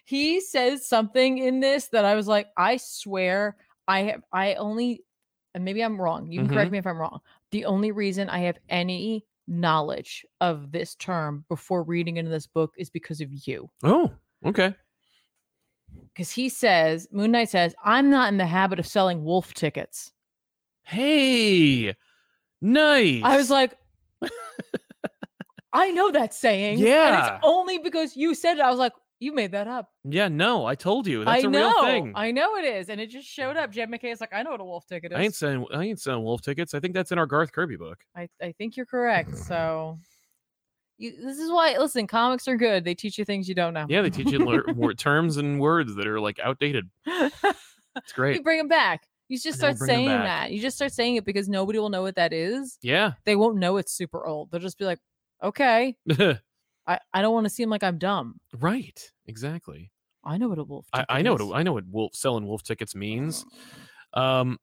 Speaker 2: he says something in this that I was like, I swear I have I only and maybe I'm wrong. You can
Speaker 1: Mm-hmm.
Speaker 2: correct me if I'm wrong. The only reason I have any knowledge of this term before reading into this book is because of you.
Speaker 1: Oh okay.
Speaker 2: Because he says, Moon Knight says, I'm not in the habit of selling wolf tickets.
Speaker 1: Hey, nice.
Speaker 2: I was like, I know that saying. And
Speaker 1: Yeah.
Speaker 2: it's only because you said it. I was like, you made that up.
Speaker 1: yeah, no, I told you that's
Speaker 2: I
Speaker 1: a
Speaker 2: know.
Speaker 1: real thing.
Speaker 2: I know it is. And it just showed up. Jed McKay is like, I know what a wolf ticket is.
Speaker 1: I ain't selling. I ain't selling wolf tickets. I think that's in our Garth Kirby book.
Speaker 2: I, I think
Speaker 1: <sighs>
Speaker 2: you're correct. So you, this is why, listen, comics are good. They teach you things you don't know.
Speaker 1: Yeah, they teach you lear- wor- terms and words that are like outdated. It's
Speaker 2: <laughs> you <laughs>
Speaker 1: great.
Speaker 2: bring them back. You just
Speaker 1: I know,
Speaker 2: start
Speaker 1: bring 'em
Speaker 2: saying
Speaker 1: back.
Speaker 2: that. You just start saying it because nobody will know what that is.
Speaker 1: Yeah. <laughs>
Speaker 2: They won't know it's super old. They'll just be like, okay, I, I don't want to seem like I'm dumb.
Speaker 1: right. Exactly.
Speaker 2: I know what a wolf
Speaker 1: I,
Speaker 2: ticket
Speaker 1: I know.
Speaker 2: is.
Speaker 1: What, I know what wolf selling wolf tickets means. Um.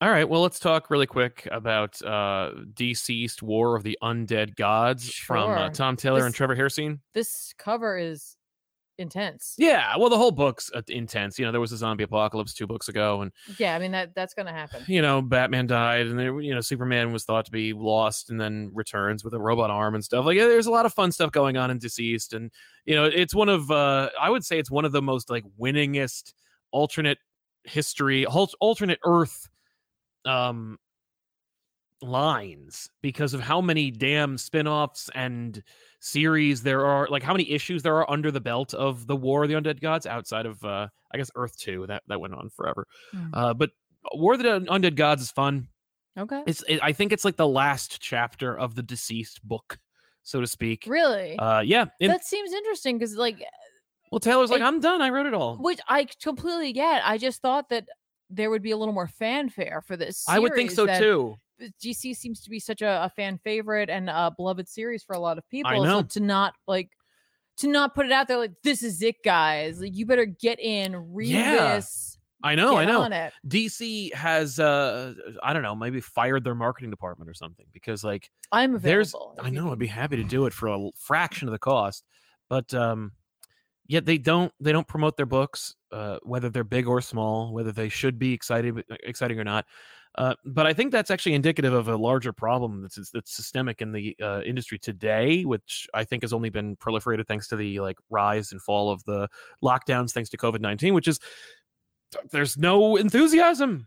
Speaker 1: All right. Well, let's talk really quick about uh, deceased War of the Undead Gods from uh,
Speaker 2: Sure.
Speaker 1: Tom Taylor and
Speaker 2: This-
Speaker 1: Trevor Hairsine.
Speaker 2: this cover is intense.
Speaker 1: Yeah. Well, the whole book's uh, intense. You know, there was a zombie apocalypse two books ago, and
Speaker 2: Yeah, I mean that that's gonna happen.
Speaker 1: you know, Batman died, and there, you know, Superman was thought to be lost, and then returns with a robot arm and stuff. Like, yeah, there's a lot of fun stuff going on in Deceased, and you know, it's one of, uh, I would say, it's one of the most like winningest alternate history, hul- alternate Earth, um, lines because of how many damn spin-offs and series there are like how many issues there are under the belt of the war of the undead gods outside of uh i guess earth 2 that that went on forever
Speaker 2: Mm.
Speaker 1: uh but War of the Un- Undead Gods is fun.
Speaker 2: Okay.
Speaker 1: It's it, I think it's like the last chapter of the deceased book, so to speak.
Speaker 2: Really?
Speaker 1: Uh, yeah. and-
Speaker 2: that seems interesting because like
Speaker 1: well, Taylor's like,
Speaker 2: it-
Speaker 1: I'm done. I wrote it all.
Speaker 2: which I completely get. I just thought that there would be a little more fanfare for this.
Speaker 1: I would think
Speaker 2: series
Speaker 1: so too.
Speaker 2: that GC seems to be such a, a fan favorite and a beloved series for a lot of people.
Speaker 1: know.
Speaker 2: So to not like to not put it out there like this is it, guys. Like you better get in, read
Speaker 1: Yeah.
Speaker 2: this.
Speaker 1: I know. I
Speaker 2: get
Speaker 1: know.
Speaker 2: On it.
Speaker 1: DC has uh, I don't know, maybe fired their marketing department or something because like
Speaker 2: I'm
Speaker 1: There's-
Speaker 2: available. if
Speaker 1: I
Speaker 2: you
Speaker 1: know
Speaker 2: need
Speaker 1: I'd be happy to do it for a l- fraction of the cost, but um, yet they don't they don't promote their books, uh, whether they're big or small, whether they should be excited exciting or not. Uh, but I think that's actually indicative of a larger problem that's that's- that's systemic in the uh, industry today, which I think has only been proliferated thanks to the like rise and fall of the lockdowns, thanks to COVID nineteen, which is there's no enthusiasm.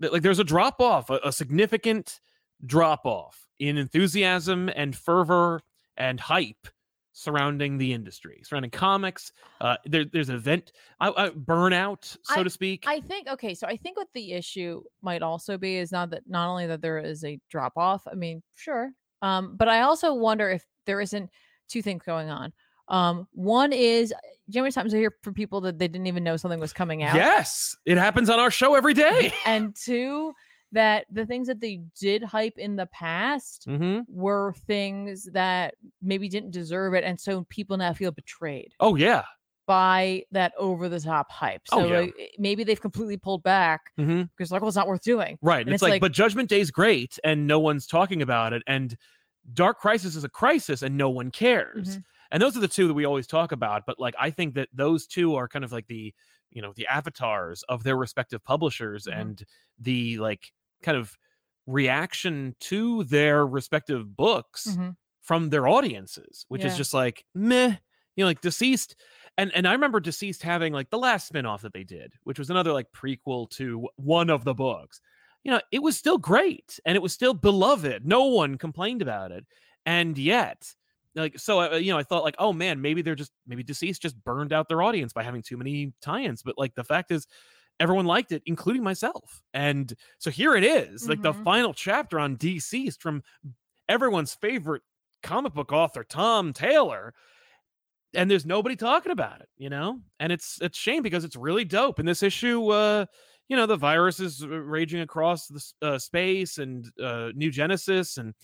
Speaker 1: Th- Like there's a drop off, a, a significant drop off in enthusiasm and fervor and hype surrounding the industry, surrounding comics. Uh, there, there's an event I, I, burnout, so
Speaker 2: I-
Speaker 1: to speak.
Speaker 2: I think okay, so I think what the issue might also be is not that not only that there is a drop off. I mean, sure, um, but I also wonder if there isn't two things going on. Um, one is do you know how many times I hear from people that they didn't even know something was coming out?
Speaker 1: Yes, it happens on our show every day.
Speaker 2: And two, that the things that they did hype in the past
Speaker 1: mm-hmm.
Speaker 2: were things that maybe didn't deserve it, and so people now feel betrayed
Speaker 1: Oh yeah.
Speaker 2: by that over the top hype. So
Speaker 1: Oh, yeah.
Speaker 2: like, eh, maybe they've completely pulled back
Speaker 1: Mm-hmm.
Speaker 2: because like, well, it's not worth doing.
Speaker 1: Right. And,
Speaker 2: And
Speaker 1: it's,
Speaker 2: it's
Speaker 1: like,
Speaker 2: like-
Speaker 1: but Judgment Day's great and no one's talking about it. And Dark Crisis is a crisis and no one cares.
Speaker 2: Mhm.
Speaker 1: And those are the two that we always talk about. But like, I think that those two are kind of like the, you know, the avatars of their respective publishers
Speaker 2: Mhm.
Speaker 1: and the like kind of reaction to their respective books
Speaker 2: Mhm.
Speaker 1: from their audiences, which is
Speaker 2: Yeah.
Speaker 1: just like meh, you know, like deceased. And and I remember deceased having like the last spinoff that they did, which was another like prequel to one of the books. You know, it was still great and it was still beloved. No one complained about it, and yet. Like so, uh, you know. I thought like, oh man, maybe they're just maybe deceased just burned out their audience by having too many tie-ins. But like the fact is, everyone liked it, including myself. And so here it is, like the
Speaker 2: Mhm.
Speaker 1: final chapter on deceased from everyone's favorite comic book author Tom Taylor, and there's nobody talking about it, you know? And it's it's a shame because it's really dope. And this issue, uh, you know the virus is uh, raging across the s- uh, space and uh, New Genesis and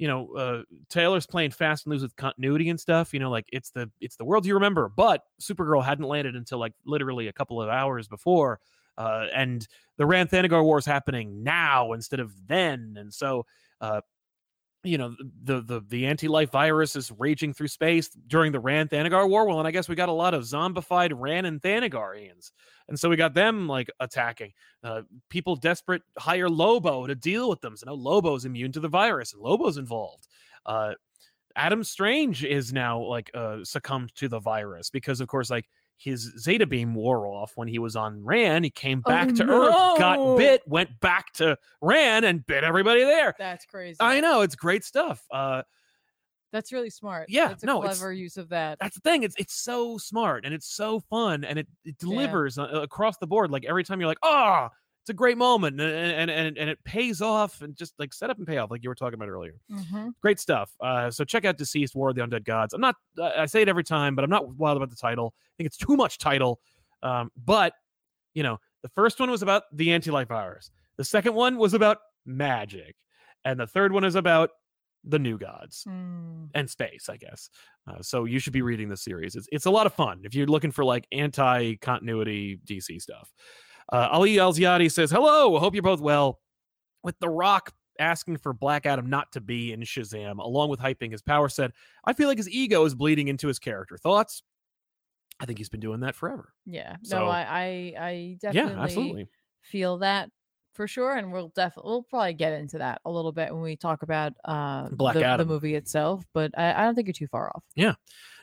Speaker 1: you know uh, Taylor's playing fast and loose with continuity and stuff. You know, like it's the it's the world you remember. But Supergirl hadn't landed until like literally a couple of hours before, uh, and the Rand Thanagar war is happening now instead of then, and so. Uh, you know the the the anti-life virus is raging through space during the Ran Thanagar war. Well, and I guess we got a lot of zombified Ran and Thanagarians, and so we got them like attacking uh, people. Desperate hire Lobo to deal with them. So now Lobo's immune to the virus, and Lobo's involved. Uh, Adam Strange is now like uh, succumbed to the virus because, of course, like his Zeta beam wore off when he was on Ran. He came
Speaker 2: Oh,
Speaker 1: back to Earth, got
Speaker 2: no.
Speaker 1: bit, went back to Ran, and bit everybody there.
Speaker 2: That's crazy.
Speaker 1: I know it's great stuff. Uh,
Speaker 2: That's really smart.
Speaker 1: Yeah,
Speaker 2: That's a
Speaker 1: no, it's-
Speaker 2: clever use of that.
Speaker 1: that's the thing. It's it's so smart and it's so fun and it, it delivers uh, across the board. Like every time you're like, ah, it's a great moment and and, and and it pays off and just like set up and pay off, like you were talking about earlier.
Speaker 2: Mhm.
Speaker 1: Great stuff. Uh, so check out Deceased War of the Undead Gods. I'm not. Uh, I say it every time, but I'm not wild about the title. I think it's too much title. Um, but you know, the first one was about the anti-life virus. The second one was about magic, and the third one is about the new gods
Speaker 2: Hmm.
Speaker 1: and space, I guess. Uh, so you should be reading this series. It's it's a lot of fun if you're looking for like anti continuity DC stuff. Uh, Ali Al Ziadi says, "Hello, hope you're both well." With The Rock asking for Black Adam not to be in Shazam, along with hyping his power set, I feel like his ego is bleeding into his character. Thoughts? I think he's been doing that forever.
Speaker 2: Yeah.
Speaker 1: So-
Speaker 2: no, I, I, I definitely
Speaker 1: Yeah, absolutely.
Speaker 2: feel that for sure, and we'll definitely we'll probably get into that a little bit when we talk about uh
Speaker 1: Black
Speaker 2: the,
Speaker 1: Adam.
Speaker 2: the movie itself. But I, I don't think you're too far off.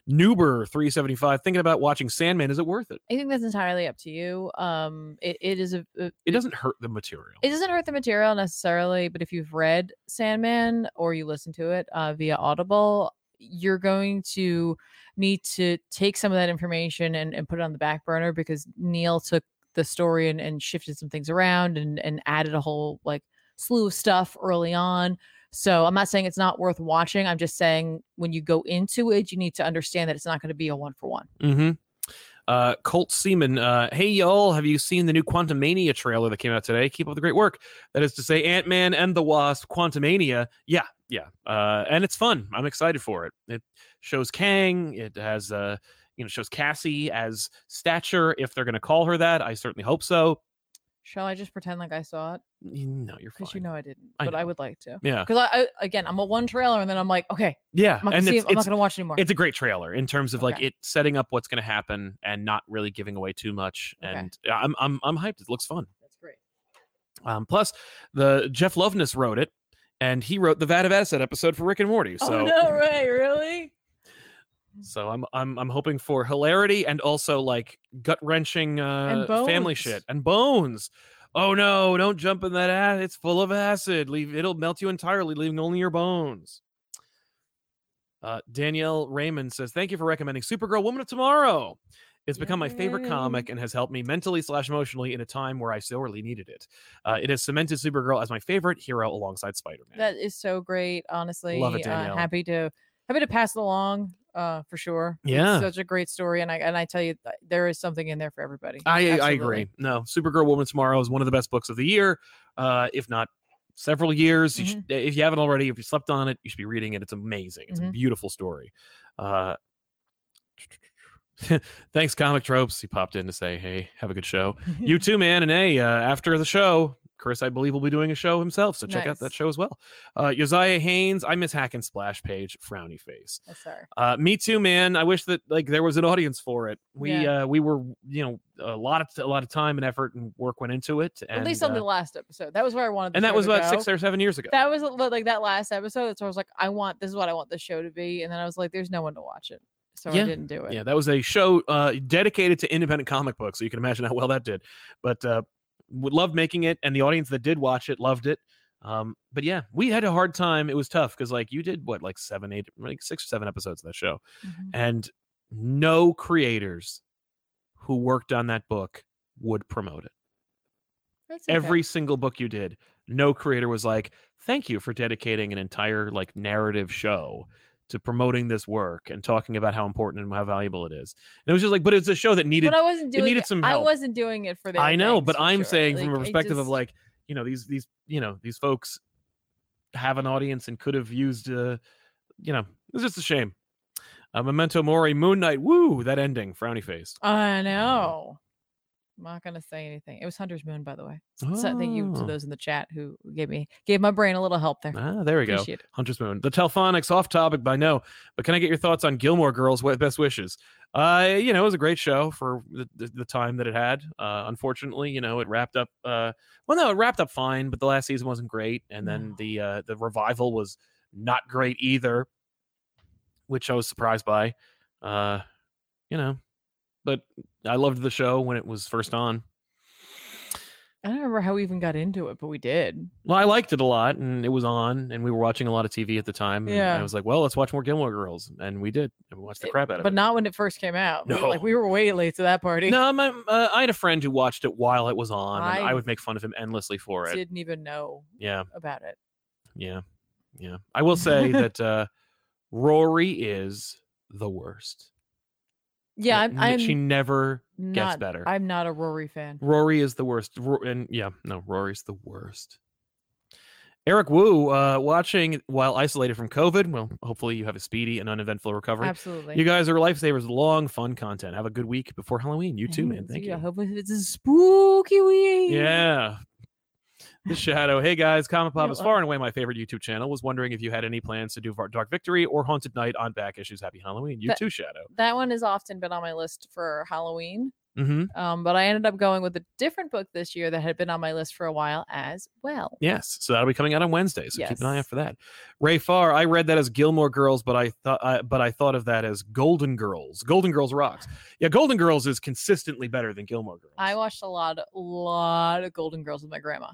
Speaker 1: Nuber three seventy five thinking about watching Sandman. Is it worth it?
Speaker 2: I think that's entirely up to you. Um, it, it is a a-
Speaker 1: It doesn't hurt the material.
Speaker 2: it doesn't hurt the material necessarily, but if you've read Sandman or you listen to it uh, via Audible, you're going to need to take some of that information and, and put it on the back burner because Neil took the story and, and shifted some things around and, and added a whole like slew of stuff early on. So I'm not saying it's not worth watching. I'm just saying when you go into it, you need to understand that it's not going to be a one for one.
Speaker 1: Mm-hmm. Uh, Colt Seaman, uh, hey y'all, have you seen the new Quantum Mania trailer that came out today? Keep up the great work. That is to say, Ant Man and the Wasp, Quantum Mania. Yeah, yeah, uh, and it's fun. I'm excited for it. It shows Kang. It has, uh, you know, shows Cassie as Stature. If they're going to call her that, I certainly hope so.
Speaker 2: Shall I just pretend like I saw it?
Speaker 1: No, you're fine.
Speaker 2: Because you know I didn't,
Speaker 1: I
Speaker 2: but I
Speaker 1: know.
Speaker 2: would like to.
Speaker 1: yeah,
Speaker 2: because I, I again I'm a one trailer and then I'm like okay
Speaker 1: yeah,
Speaker 2: I'm not
Speaker 1: and
Speaker 2: gonna see
Speaker 1: it's,
Speaker 2: it, I'm not
Speaker 1: it's
Speaker 2: gonna watch anymore.
Speaker 1: it's a great trailer in terms of like
Speaker 2: Okay.
Speaker 1: it setting up what's going to happen and not really giving away too much.
Speaker 2: Okay.
Speaker 1: And I'm I'm I'm hyped. It looks fun.
Speaker 2: That's great.
Speaker 1: Um, plus, the Jeff Loveness wrote it, and he wrote the Vat of Asset episode for Rick and Morty. So,
Speaker 2: oh no way really?
Speaker 1: so I'm I'm I'm hoping for hilarity and also like gut wrenching uh, family
Speaker 2: bones.
Speaker 1: shit and bones. Oh no! Don't jump in that acid. It's full of acid. Leave it'll melt you entirely, leaving only your bones. Uh, Danielle Raymond says, "Thank you for recommending Supergirl, Woman of Tomorrow. It's become my favorite
Speaker 2: Yay.
Speaker 1: comic and has helped me mentally slash emotionally in a time where I sorely needed it. Uh, it has cemented Supergirl as my favorite hero alongside Spider-Man.
Speaker 2: That is so great. Honestly,
Speaker 1: Danielle.
Speaker 2: uh, happy to happy to pass it along uh, for sure.
Speaker 1: yeah,
Speaker 2: Such a great story and I and I tell you th- there is something in there for everybody.
Speaker 1: I I
Speaker 2: Absolutely. <laughs>
Speaker 1: agree. No, Supergirl, Woman of Tomorrow is one of the best books of the year, uh, if not several years. You should,
Speaker 2: Mm-hmm.
Speaker 1: if you haven't already, if you slept on it, you should be reading it. It's amazing. It's a
Speaker 2: Mhm.
Speaker 1: beautiful story. Uh, <laughs> thanks, comic tropes. He popped in to say, "Hey, have a good show."
Speaker 2: <laughs>
Speaker 1: you too, man. And hey, uh, after the show, Chris, I believe, will be doing a show himself. So check out
Speaker 2: Nice.
Speaker 1: that show as well. Uh, Josiah Haynes, I miss Hack and Splash page, frowny face.
Speaker 2: Oh, sorry.
Speaker 1: Uh, me too, man. I wish that like there was an audience for it. We
Speaker 2: Yeah.
Speaker 1: uh, we were you know a lot of a lot of time and effort and work went into it. And,
Speaker 2: At least on
Speaker 1: uh,
Speaker 2: the last episode. That was where I wanted. The
Speaker 1: and that
Speaker 2: show
Speaker 1: was
Speaker 2: to
Speaker 1: about
Speaker 2: go.
Speaker 1: six or seven years ago.
Speaker 2: That was a li- like that last episode. That's where I was like, I want this is what I want the show to be, and then I was like, there's no one to watch it, so
Speaker 1: Yeah.
Speaker 2: I didn't do it.
Speaker 1: Yeah, that was a show uh, dedicated to independent comic books, so you can imagine how well that did. But uh, would love making it, and the audience that did watch it loved it. Um, but yeah, we had a hard time. It was tough because like you did what like seven, eight, like six or seven episodes of that show,
Speaker 2: Mhm.
Speaker 1: and no creators who worked on that book would promote it.
Speaker 2: That's okay.
Speaker 1: Every single book you did, no creator was like, "Thank you for dedicating an entire like narrative show to promoting this work and talking about how important and how valuable it is. And it was just like, but it's a show that needed.
Speaker 2: but I wasn't doing
Speaker 1: needed
Speaker 2: it.
Speaker 1: some
Speaker 2: I
Speaker 1: help.
Speaker 2: wasn't doing it for the.
Speaker 1: I know, but I'm saying from a perspective of like, you know, these these you know these folks have an audience and could have used, uh, you know, it's just a shame. Uh, Memento Mori, Moon Knight, woo, that ending, frowny face.
Speaker 2: I know. I'm not gonna say anything. It was Hunter's Moon, by the way. So thank you to
Speaker 1: Oh.
Speaker 2: those in the chat who gave me gave my brain a little help there.
Speaker 1: Ah, there we go.
Speaker 2: Appreciate it.
Speaker 1: Hunter's Moon. The Telphonics off topic by no, but can I get your thoughts on Gilmore Girls? What best wishes? Uh, you know, it was a great show for the, the, the time that it had. Uh, unfortunately, you know, it wrapped up. Uh, well, no, it wrapped up fine, but the last season wasn't great, and then
Speaker 2: No.
Speaker 1: the uh, the revival was not great either, which I was surprised by. Uh, you know, but I loved the show when it was first on.
Speaker 2: I don't remember how we even got into it, but we did.
Speaker 1: Well, I liked it a lot, and it was on, and we were watching a lot of TV at the time. and
Speaker 2: Yeah.
Speaker 1: I was like, well, let's watch more Gilmore Girls, and we did, and we watched the
Speaker 2: It-
Speaker 1: crap out of
Speaker 2: But
Speaker 1: it.
Speaker 2: not when it first came out. We were like
Speaker 1: No.
Speaker 2: we were way late to that party. <laughs>
Speaker 1: no, my, uh, I had a friend who watched it while it was on, and
Speaker 2: I
Speaker 1: I would make fun of him endlessly for it.
Speaker 2: Didn't even know
Speaker 1: Yeah,
Speaker 2: about it.
Speaker 1: yeah, yeah. I will
Speaker 2: <laughs>
Speaker 1: say that uh, Rory is the worst.
Speaker 2: Yeah,
Speaker 1: N-
Speaker 2: I'm,
Speaker 1: n-
Speaker 2: I'm
Speaker 1: she never gets
Speaker 2: not.
Speaker 1: better.
Speaker 2: I'm not a Rory fan.
Speaker 1: Rory is the worst. Ro- and yeah, no, Rory's the worst. Eric Wu, uh, watching while isolated from COVID. Well, hopefully you have a speedy and uneventful recovery.
Speaker 2: Absolutely.
Speaker 1: You guys are lifesavers. Long, fun content. Have a good week before Halloween. You
Speaker 2: <laughs>
Speaker 1: too, man.
Speaker 2: Thanks.
Speaker 1: Thank
Speaker 2: Yeah,
Speaker 1: you.
Speaker 2: Hopefully it's a spooky week.
Speaker 1: Yeah. The Shadow. Hey, guys. Comic Pop
Speaker 2: Yeah,
Speaker 1: is far and away my favorite YouTube channel. Was wondering if you had any plans to do Var- Dark Victory or Haunted Night on back issues. Happy Halloween. You
Speaker 2: That-
Speaker 1: too, Shadow.
Speaker 2: That one has often been on my list for Halloween.
Speaker 1: Mm-hmm.
Speaker 2: Um, but I ended up going with a different book this year that had been on my list for a while as well.
Speaker 1: Yes. So that'll be coming out on Wednesday. So keep an eye
Speaker 2: Yes.
Speaker 1: out for that. Ray Farr. I read that as Gilmore Girls, but I thought, I, but I thought of that as Golden Girls. Golden Girls rocks. Yeah, Golden Girls is consistently better than Gilmore Girls.
Speaker 2: I watched a lot, a lot of Golden Girls with my grandma,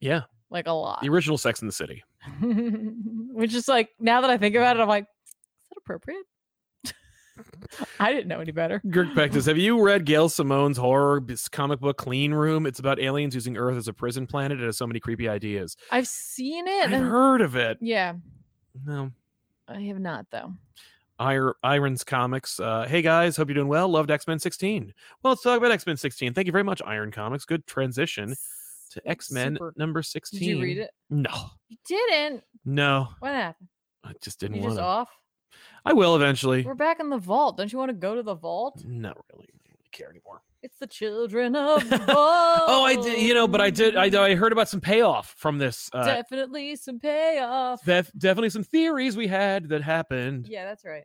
Speaker 1: yeah,
Speaker 2: like a lot. <laughs>
Speaker 1: the original Sex in the City.
Speaker 2: Which is like, now that I think about it, I'm like, is that appropriate? <laughs> I didn't know any better.
Speaker 1: Greg Pectus, have you read Gail Simone's horror b- comic book Clean Room? It's about aliens using Earth as a prison planet. It has so many creepy ideas.
Speaker 2: I've seen it.
Speaker 1: I've
Speaker 2: and-
Speaker 1: heard of it.
Speaker 2: yeah,
Speaker 1: No.
Speaker 2: I have not though.
Speaker 1: Ir- Irons Comics. Uh, hey guys, hope you're doing well. Loved X Men 16. Well, let's talk about X Men 16. Thank you very much, Iron Comics. Good transition to X Men
Speaker 2: Super.
Speaker 1: number 16.
Speaker 2: Did you read it?
Speaker 1: No,
Speaker 2: You didn't.
Speaker 1: no,
Speaker 2: What happened?
Speaker 1: I just didn't
Speaker 2: You
Speaker 1: want
Speaker 2: just
Speaker 1: to.
Speaker 2: off?
Speaker 1: I will eventually.
Speaker 2: We're back in the vault. Don't you want to go to the vault?
Speaker 1: Not really. I don't really care anymore.
Speaker 2: It's the children of the vault.
Speaker 1: <laughs> Oh, I did. You know, but I did. I, I heard about some payoff from this. Uh,
Speaker 2: Definitely some payoff.
Speaker 1: def- definitely some theories we had that happened.
Speaker 2: Yeah, that's right.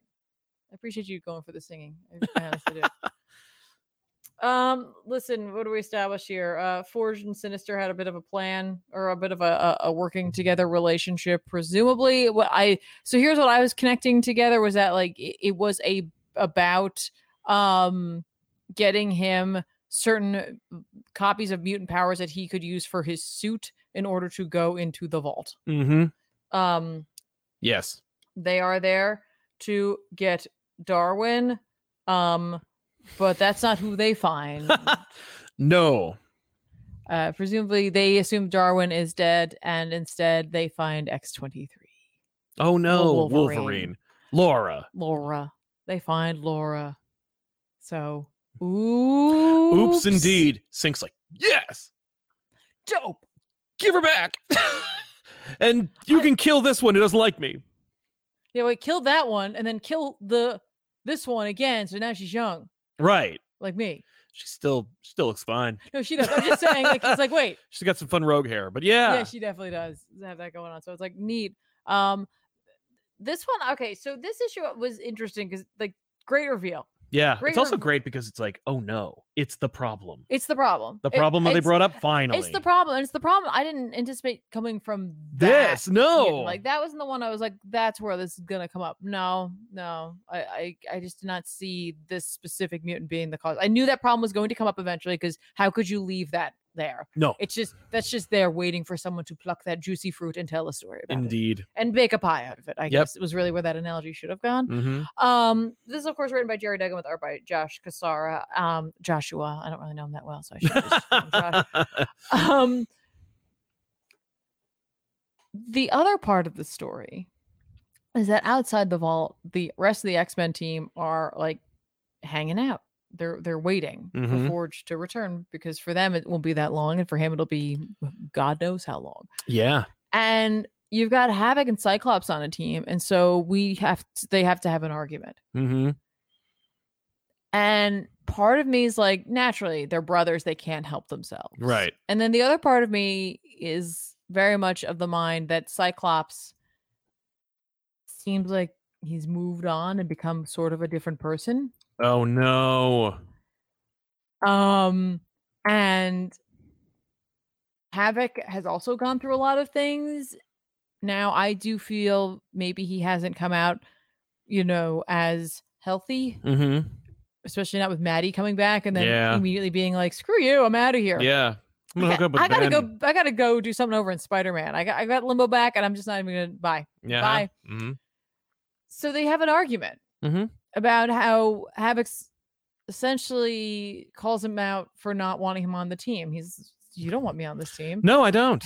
Speaker 2: I appreciate you going for the singing. I I honestly do. Um, listen, what do we establish here? Uh, Forged and Sinister had a bit of a plan or a bit of a, a, a working together relationship, presumably. What I so here's what I was connecting together was that like it, it was a about um getting him certain uh, copies of mutant powers that he could use for his suit in order to go into the vault.
Speaker 1: Mm-hmm.
Speaker 2: Um,
Speaker 1: Yes.
Speaker 2: they are there to get Darwin. Um, but that's not who they find.
Speaker 1: no.
Speaker 2: uh, presumably, they assume Darwin is dead, and instead they find X twenty three,
Speaker 1: Oh no. Wolverine.
Speaker 2: Wolverine.
Speaker 1: Laura.
Speaker 2: Laura. They find Laura. So,
Speaker 1: Oops,
Speaker 2: oops,
Speaker 1: indeed. Sinks like yes.
Speaker 2: dope.
Speaker 1: Give her back. <laughs> and you
Speaker 2: I-
Speaker 1: can kill this one who doesn't like me.
Speaker 2: Yeah, wait, kill that one, and then kill the this one again. So now she's young,
Speaker 1: Right.
Speaker 2: like me.
Speaker 1: She still still looks fine.
Speaker 2: No, she does. I'm just saying. Like, it's like, wait,
Speaker 1: She's got some fun rogue hair, but
Speaker 2: yeah.
Speaker 1: yeah.
Speaker 2: she definitely does have that going on so it's like neat um this one okay so this issue was interesting because like great reveal
Speaker 1: yeah.
Speaker 2: Great
Speaker 1: It's also
Speaker 2: reveal.
Speaker 1: great because it's like, oh no, it's the problem.
Speaker 2: it's the problem
Speaker 1: The
Speaker 2: It-
Speaker 1: problem that they
Speaker 2: it's-
Speaker 1: brought up finally.
Speaker 2: it's the problem and it's the problem i didn't anticipate coming from that
Speaker 1: This no.
Speaker 2: mutant. like that wasn't the one i was like that's where this is gonna come up no no I, I i just did not see this specific mutant being the cause i knew that problem was going to come up eventually because how could you leave that there
Speaker 1: No.
Speaker 2: it's just that's just there waiting for someone to pluck that juicy fruit and tell a story about it.
Speaker 1: Indeed.
Speaker 2: and bake a pie out of it. I
Speaker 1: Yep.
Speaker 2: guess it was really where that analogy should have gone.
Speaker 1: Mm-hmm.
Speaker 2: Um, this is of course written by Jerry Duggan with art by Josh Cassara. Um, Joshua, I don't really know him that well, so I should just oh, call him
Speaker 1: <laughs>
Speaker 2: Josh. Um, the other part of the story is that outside the vault, the rest of the X Men team are like hanging out. They're they're waiting
Speaker 1: Mhm.
Speaker 2: for Forge to return because for them it won't be that long, and for him it'll be God knows how long.
Speaker 1: Yeah.
Speaker 2: And you've got Havoc and Cyclops on a team, and so we have to, they have to have an argument.
Speaker 1: Mm-hmm.
Speaker 2: And part of me is like, naturally, they're brothers; they can't help themselves,
Speaker 1: Right.
Speaker 2: And then the other part of me is very much of the mind that Cyclops seems like he's moved on and become sort of a different person.
Speaker 1: Oh no.
Speaker 2: Um, and Havoc has also gone through a lot of things. Now, I do feel maybe he hasn't come out, you know, as healthy,
Speaker 1: Mm-hmm.
Speaker 2: especially not with Maddie coming back and then
Speaker 1: Yeah.
Speaker 2: immediately being like, screw you, I'm out of here.
Speaker 1: Yeah. I'm gonna
Speaker 2: Okay,
Speaker 1: hook up with
Speaker 2: I gotta
Speaker 1: Ben.
Speaker 2: go. I gotta go do something over in Spider Man. I got I got Limbo back, and I'm just not even gonna buy.
Speaker 1: Yeah.
Speaker 2: Bye.
Speaker 1: Mm-hmm.
Speaker 2: So they have an argument
Speaker 1: Mhm.
Speaker 2: about how Havoc's essentially calls him out for not wanting him on the team. He's you don't want me on this team.
Speaker 1: No, I don't.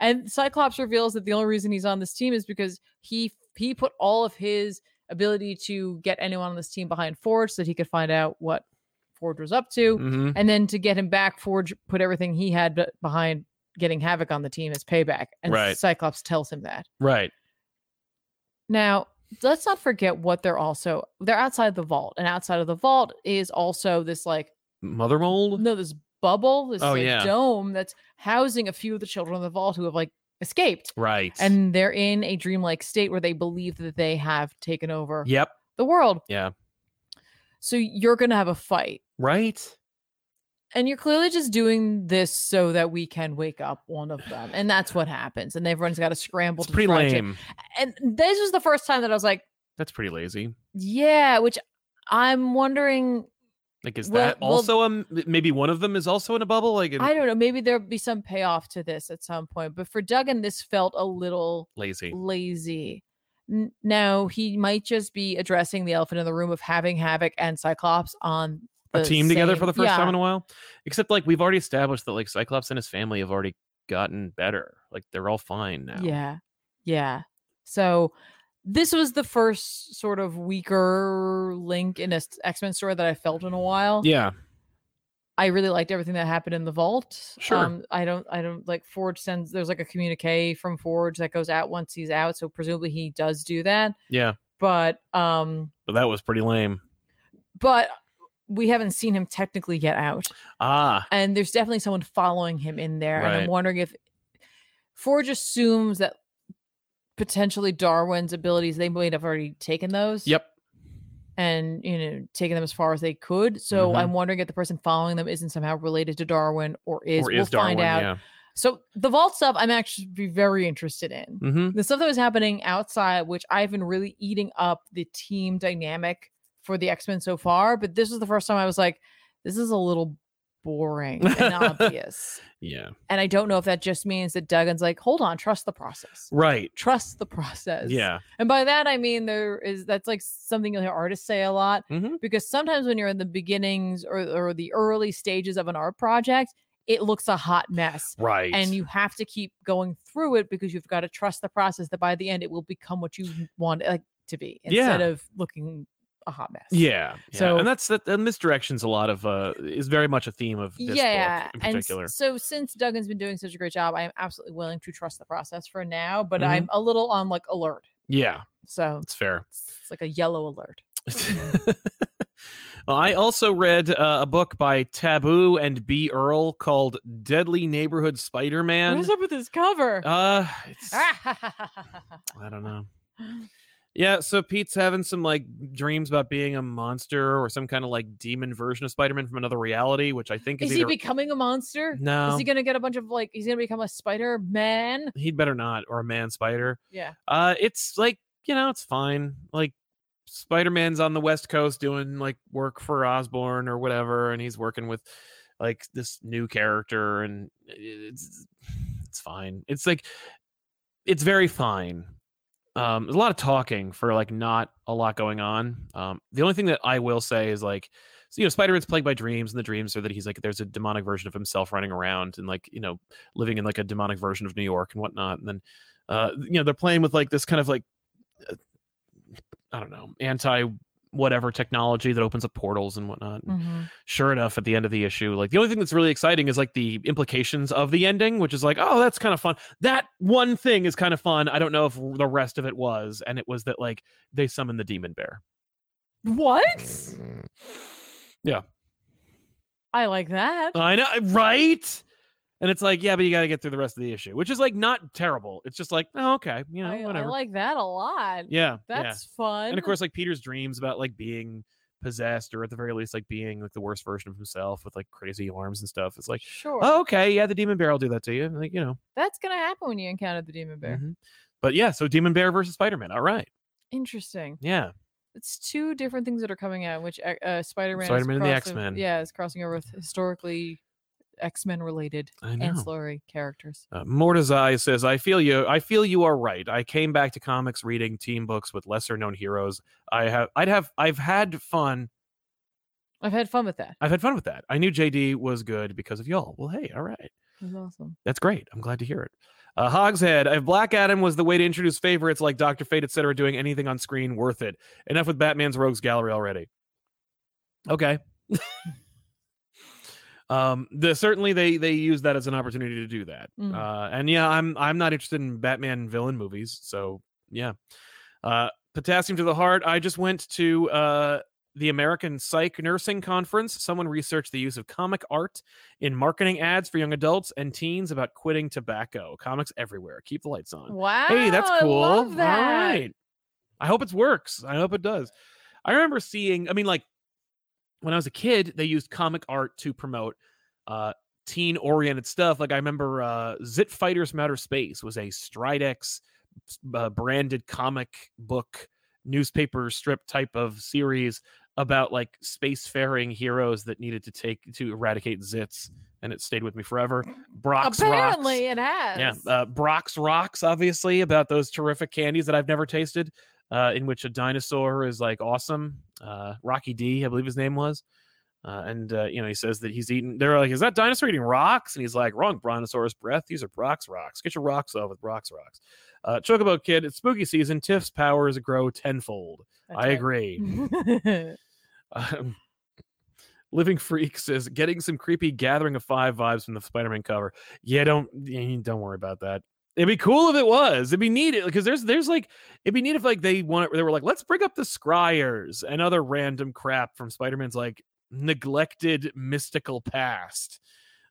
Speaker 2: And Cyclops reveals that the only reason he's on this team is because he he put all of his ability to get anyone on this team behind Forge so that he could find out what Forge was up to.
Speaker 1: Mm-hmm.
Speaker 2: And then to get him back, Forge put everything he had be- behind getting Havoc on the team as payback. And
Speaker 1: Right.
Speaker 2: Cyclops tells him that.
Speaker 1: Right.
Speaker 2: Now, let's not forget what they're also they're outside the vault. And outside of the vault is also this like
Speaker 1: Mother mold.
Speaker 2: no, this bubble, this
Speaker 1: Oh,
Speaker 2: like,
Speaker 1: yeah.
Speaker 2: dome that's housing a few of the children of the vault who have like escaped.
Speaker 1: Right.
Speaker 2: And they're in a dreamlike state where they believe that they have taken over
Speaker 1: yep.
Speaker 2: the world.
Speaker 1: Yeah.
Speaker 2: So you're gonna have a fight.
Speaker 1: Right.
Speaker 2: and you're clearly just doing this so that we can wake up one of them and that's what happens and everyone's got to scramble
Speaker 1: It's
Speaker 2: to
Speaker 1: pretty
Speaker 2: try to-
Speaker 1: lame.
Speaker 2: and this was the first time that i was like
Speaker 1: That's pretty lazy.
Speaker 2: yeah which i'm wondering
Speaker 1: Like, is
Speaker 2: Well-
Speaker 1: that
Speaker 2: well-
Speaker 1: also a m- maybe one of them is also in a bubble? Like, in-
Speaker 2: i don't know maybe there'll be some payoff to this at some point but for duggan this felt a little
Speaker 1: lazy.
Speaker 2: lazy N- now he might just be addressing the elephant in the room of having havoc and cyclops on
Speaker 1: A
Speaker 2: the
Speaker 1: team together
Speaker 2: same-
Speaker 1: for the first
Speaker 2: yeah,
Speaker 1: time in a while. Except, like, we've already established that like Cyclops and his family have already gotten better. Like, they're all fine now.
Speaker 2: Yeah. Yeah. So this was the first sort of weaker link in a s- X-Men story that I felt in a while.
Speaker 1: Yeah.
Speaker 2: I really liked everything that happened in the vault. Um,
Speaker 1: Sure.
Speaker 2: I don't I don't like Forge sends there's like a communique from Forge that goes out once he's out, so presumably he does do that.
Speaker 1: Yeah.
Speaker 2: But um
Speaker 1: But that was pretty lame.
Speaker 2: but we haven't seen him technically get out.
Speaker 1: Ah.
Speaker 2: and there's definitely someone following him in there. And
Speaker 1: Right.
Speaker 2: I'm wondering if Forge assumes that potentially Darwin's abilities they might have already taken those.
Speaker 1: Yep.
Speaker 2: And you know, taken them as far as they could. So
Speaker 1: Mhm.
Speaker 2: I'm wondering if the person following them isn't somehow related to Darwin or is.
Speaker 1: or
Speaker 2: we'll
Speaker 1: is Darwin?
Speaker 2: find out.
Speaker 1: Yeah.
Speaker 2: So the vault stuff I'm actually be very interested in.
Speaker 1: Mm-hmm.
Speaker 2: The stuff that was happening outside, which I've been really eating up the team dynamic for the X Men so far, but this was the first time I was like, this is a little boring
Speaker 1: <laughs>
Speaker 2: and obvious.
Speaker 1: Yeah.
Speaker 2: And I don't know if that just means that Duggan's like, hold on, trust the process.
Speaker 1: Right.
Speaker 2: Trust the process.
Speaker 1: Yeah.
Speaker 2: And by that I mean there is that's like something you'll hear artists say a lot.
Speaker 1: Mhm.
Speaker 2: Because sometimes when you're in the beginnings or, or the early stages of an art project, it looks a hot mess.
Speaker 1: Right.
Speaker 2: And you have to keep going through it because you've got to trust the process that by the end it will become what you want it like, to be instead
Speaker 1: Yeah.
Speaker 2: of looking a hot mess.
Speaker 1: Yeah. yeah.
Speaker 2: So-
Speaker 1: and that's that. And misdirection's a lot of uh is very much a theme of this book in
Speaker 2: and s-
Speaker 1: particular.
Speaker 2: so since Duggan's been doing such a great job, I am absolutely willing to trust the process for now, but
Speaker 1: Mhm.
Speaker 2: I'm a little on like alert.
Speaker 1: yeah,
Speaker 2: So
Speaker 1: it's fair.
Speaker 2: it's like a yellow alert.
Speaker 1: well, Uh, I also read uh, a book by Taboo and B Earl called Deadly Neighborhood Spider Man.
Speaker 2: what is up with this cover? <laughs>
Speaker 1: Uh, it's,
Speaker 2: Ah!
Speaker 1: I don't
Speaker 2: <gasps>
Speaker 1: know. Yeah, so Pete's having some like dreams about being a monster or some kind of like demon version of Spider Man from another reality, which I think is,
Speaker 2: is he
Speaker 1: either
Speaker 2: becoming a monster?
Speaker 1: no,
Speaker 2: Is he gonna get a bunch of like he's gonna become a spider man?
Speaker 1: he'd better not, or a man spider.
Speaker 2: Yeah.
Speaker 1: Uh, it's like you know, it's fine. Like Spider-Man's on the West Coast doing like work for Osborn or whatever, and he's working with like this new character, and i- it's it's fine. It's like it's very fine. Um, there's a lot of talking for like not a lot going on. Um, the only thing that I will say is like, so, you know, Spider-Man's plagued by dreams, and the dreams are that he's like there's a demonic version of himself running around and like you know living in like a demonic version of New York and whatnot, and then uh, you know, they're playing with like this kind of like uh, I don't know, anti whatever technology that opens up portals and whatnot. And
Speaker 2: Mhm.
Speaker 1: Sure enough, at the end of the issue, like the only thing that's really exciting is like the implications of the ending, which is like, oh, that's kind of fun. That one thing is kind of fun. I don't know if the rest of it was, and it was that like they summoned the demon bear.
Speaker 2: What?
Speaker 1: Yeah.
Speaker 2: I like that.
Speaker 1: I know, right? And it's like, yeah, but you got to get through the rest of the issue, which is like not terrible. It's just like, oh, okay, you know,
Speaker 2: I, I
Speaker 1: whatever.
Speaker 2: like that a lot.
Speaker 1: yeah, yeah.
Speaker 2: That's fun.
Speaker 1: and of course like peter's dreams about like being possessed or at the very least like being like the worst version of himself with like crazy arms and stuff it's like
Speaker 2: sure.
Speaker 1: oh, okay yeah the demon bear will do that to you like you know
Speaker 2: That's gonna happen when you encounter the demon bear.
Speaker 1: mhm. but yeah so demon bear versus spider-man all right
Speaker 2: Interesting.
Speaker 1: yeah
Speaker 2: It's two different things that are coming out, which uh, uh, Spider-Man, is
Speaker 1: Spider-Man and the
Speaker 2: crossing-
Speaker 1: X-Men.
Speaker 2: yeah, is crossing over with historically X-Men related
Speaker 1: i know
Speaker 2: ancillary characters.
Speaker 1: uh, Mortazai says, "I feel you. I feel you are right. I came back to comics reading team books with lesser-known heroes. I have, I'd have, I've had fun.
Speaker 2: I've had fun with that.
Speaker 1: I've had fun with that. I knew JD was good because of y'all. Well, hey, all right.
Speaker 2: It was awesome.
Speaker 1: That's great. I'm glad to hear it. Uh, Hogshead, if Black Adam was the way to introduce favorites like Doctor Fate, etc., doing anything on screen, worth it. Enough with Batman's Rogues Gallery already. Okay. <laughs> um, the certainly they they use that as an opportunity to do that.
Speaker 2: Mm.
Speaker 1: Uh, and yeah, I'm I'm not interested in Batman villain movies, so yeah. Uh, potassium to the heart. I just went to uh the American Psych Nursing Conference. Someone researched the use of comic art in marketing ads for young adults and teens about quitting tobacco. Comics everywhere. Keep the lights on.
Speaker 2: Wow.
Speaker 1: hey, that's cool.
Speaker 2: I love that.
Speaker 1: All right. I hope it works. I hope it does. I remember seeing, I mean, like when I was a kid, they used comic art to promote uh teen oriented stuff. Like I remember uh Zit Fighters from Outer Space was a Stridex s- uh, branded comic book newspaper strip type of series about like spacefaring heroes that needed to take to eradicate zits and it stayed with me forever brock's
Speaker 2: Apparently,
Speaker 1: rocks
Speaker 2: it has.
Speaker 1: yeah uh, brock's rocks obviously about those terrific candies that i've never tasted uh, in which a dinosaur is like awesome uh, rocky d i believe his name was uh, and uh, you know he says that he's eating they're like is that dinosaur eating rocks and he's like wrong brontosaurus breath these are brock's rocks get your rocks off with brock's rocks uh, chocobo kid it's spooky season tiff's powers grow tenfold
Speaker 2: That's
Speaker 1: i
Speaker 2: right.
Speaker 1: agree um, Living Freak says getting some creepy Gathering of Five vibes from the Spider-Man cover. Yeah, don't eh, don't worry about that. It'd be cool if it was. It'd be neat because there's there's like it'd be neat if like they want they were like let's bring up the Scryers and other random crap from Spider-Man's like neglected mystical past.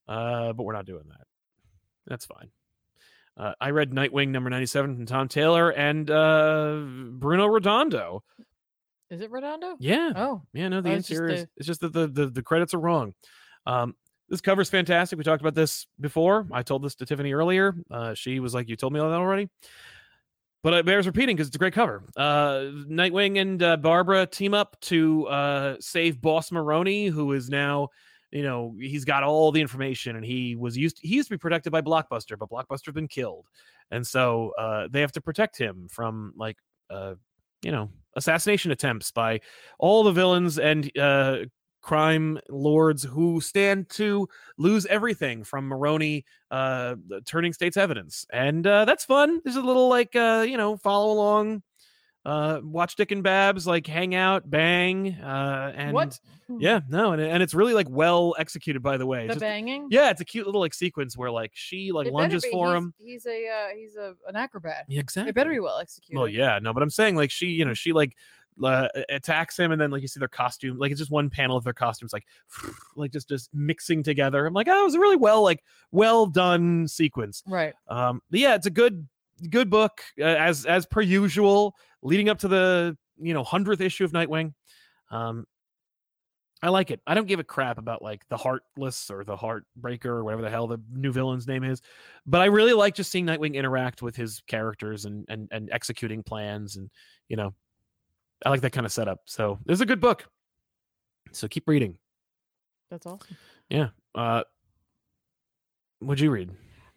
Speaker 1: Uh, but we're not doing that. That's fine. Uh, I read Nightwing number 97 from Tom Taylor and uh, Bruno Redondo.
Speaker 2: <laughs> Is it Redondo?
Speaker 1: Yeah.
Speaker 2: Oh,
Speaker 1: Yeah, no, the
Speaker 2: Oh,
Speaker 1: end
Speaker 2: it's just
Speaker 1: interior is
Speaker 2: the-
Speaker 1: it's just that the, the the credits are wrong. Um, this cover's fantastic. We talked about this before. I told this to Tiffany earlier. Uh, she was like, "You told me all that already," but it bears repeating because it's a great cover. Uh, Nightwing and uh, Barbara team up to uh, save Boss Maroni, who is now, you know, he's got all the information, and he was used. he used to be protected by Blockbuster, but Blockbuster's been killed, and so uh, they have to protect him from like, uh, you know, assassination attempts by all the villains and uh, crime lords who stand to lose everything from Maroni uh, turning state's evidence, and uh, that's fun. There's a little like uh, you know follow along, uh, watch Dick and Babs like hang out, bang, uh, and
Speaker 2: what? Hmm.
Speaker 1: Yeah, no, and, and it's really like well executed by the way.
Speaker 2: The
Speaker 1: Just-
Speaker 2: banging.
Speaker 1: yeah, it's a cute little like sequence where like she like
Speaker 2: It better
Speaker 1: lunges
Speaker 2: be.
Speaker 1: for
Speaker 2: He's-
Speaker 1: him.
Speaker 2: He's a uh, he's a an acrobat.
Speaker 1: Yeah, exactly.
Speaker 2: It better be well executed.
Speaker 1: Well, yeah, no, but I'm saying like she, you know, she like uh, a- attacks him, and then like you see their costume, like it's just one panel of their costumes, like <sighs> like just just mixing together. I'm like, oh, it was a really well like well done sequence.
Speaker 2: Right.
Speaker 1: Um, but yeah, it's a good good book uh, as as per usual, leading up to the you know hundredth issue of Nightwing. Um, I like it. I don't give a crap about like the Heartless or the Heartbreaker or whatever the hell the new villain's name is, but I really like just seeing Nightwing interact with his characters and and and executing plans and you know, I like that kind of setup. So this is a good book. So keep reading.
Speaker 2: That's awesome.
Speaker 1: Uh, what'd you read?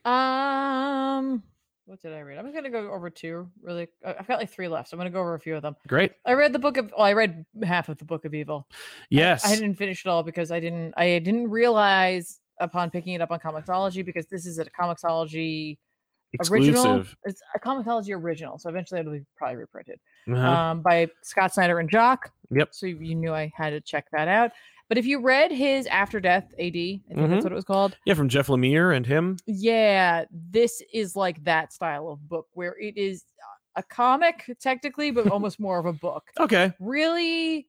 Speaker 2: Um, what did I read? I'm gonna go over two really. I- I've got like three left. so I'm gonna go over a few of them.
Speaker 1: Great.
Speaker 2: I read the book of. Well, I read half of the book of evil.
Speaker 1: Yes.
Speaker 2: I didn't finish it all because I didn't. I didn't realize upon picking it up on Comixology because this is a Comixology original.
Speaker 1: Exclusive.
Speaker 2: It's a Comicsology original, so eventually it'll be probably reprinted
Speaker 1: Uh-huh.
Speaker 2: um, by Scott Snyder and Jock.
Speaker 1: Yep.
Speaker 2: So you- you knew I had to check that out. But if you read his After Death AD, I think
Speaker 1: Mm-hmm.
Speaker 2: that's what it was called.
Speaker 1: yeah, from Jeff Lemire and him.
Speaker 2: Yeah, this is like that style of book where it is a comic technically, but almost more of a book.
Speaker 1: Okay.
Speaker 2: Really,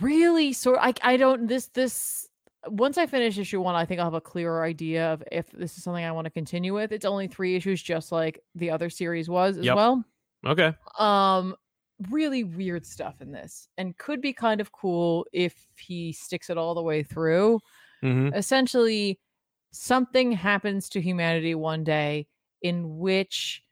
Speaker 2: really sort. I I don't this this. Once I finish issue one, I think I'll have a clearer idea of if this is something I want to continue with. It's only three issues, just like the other series was as
Speaker 1: Yep.
Speaker 2: well
Speaker 1: Okay.
Speaker 2: um really weird stuff in this and could be kind of cool if he sticks it all the way through
Speaker 1: Mm-hmm.
Speaker 2: essentially something happens to humanity one day in which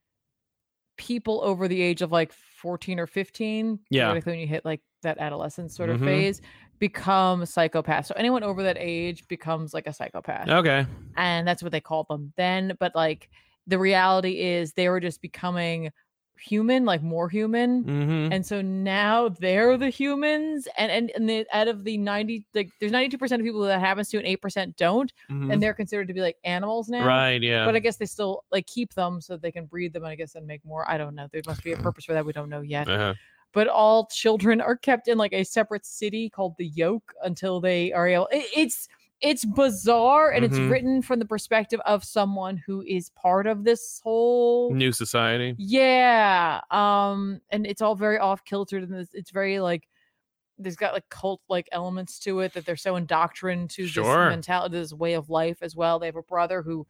Speaker 2: people over the age of like 14 or 15
Speaker 1: Yeah.
Speaker 2: theoretically when you hit like that adolescent sort of
Speaker 1: Mhm.
Speaker 2: phase become psychopaths so anyone over that age becomes like a psychopath
Speaker 1: Okay.
Speaker 2: and that's what they called them then but like the reality is they were just becoming human like more human
Speaker 1: Mm-hmm.
Speaker 2: and so now they're the humans and and, and the, out of the 90 like there's 92% of people that happens to and 8% don't and they're considered to be like animals now
Speaker 1: Mm-hmm. right. Yeah.
Speaker 2: but i guess they still like keep them so they can breed them and i guess and make more i don't know there must be a purpose for that we don't know yet
Speaker 1: uh-huh.
Speaker 2: but all children are kept in like a separate city called the yoke until they are able it- it's it's bizarre and
Speaker 1: Mhm.
Speaker 2: it's written from the perspective of someone who is part of this whole
Speaker 1: New society. <laughs>
Speaker 2: yeah um and it's all very off kilter and it's, it's very like there's got like cult like elements to it that they're so indoctrined to
Speaker 1: Sure.
Speaker 2: this mentality this way of life as well they have a brother who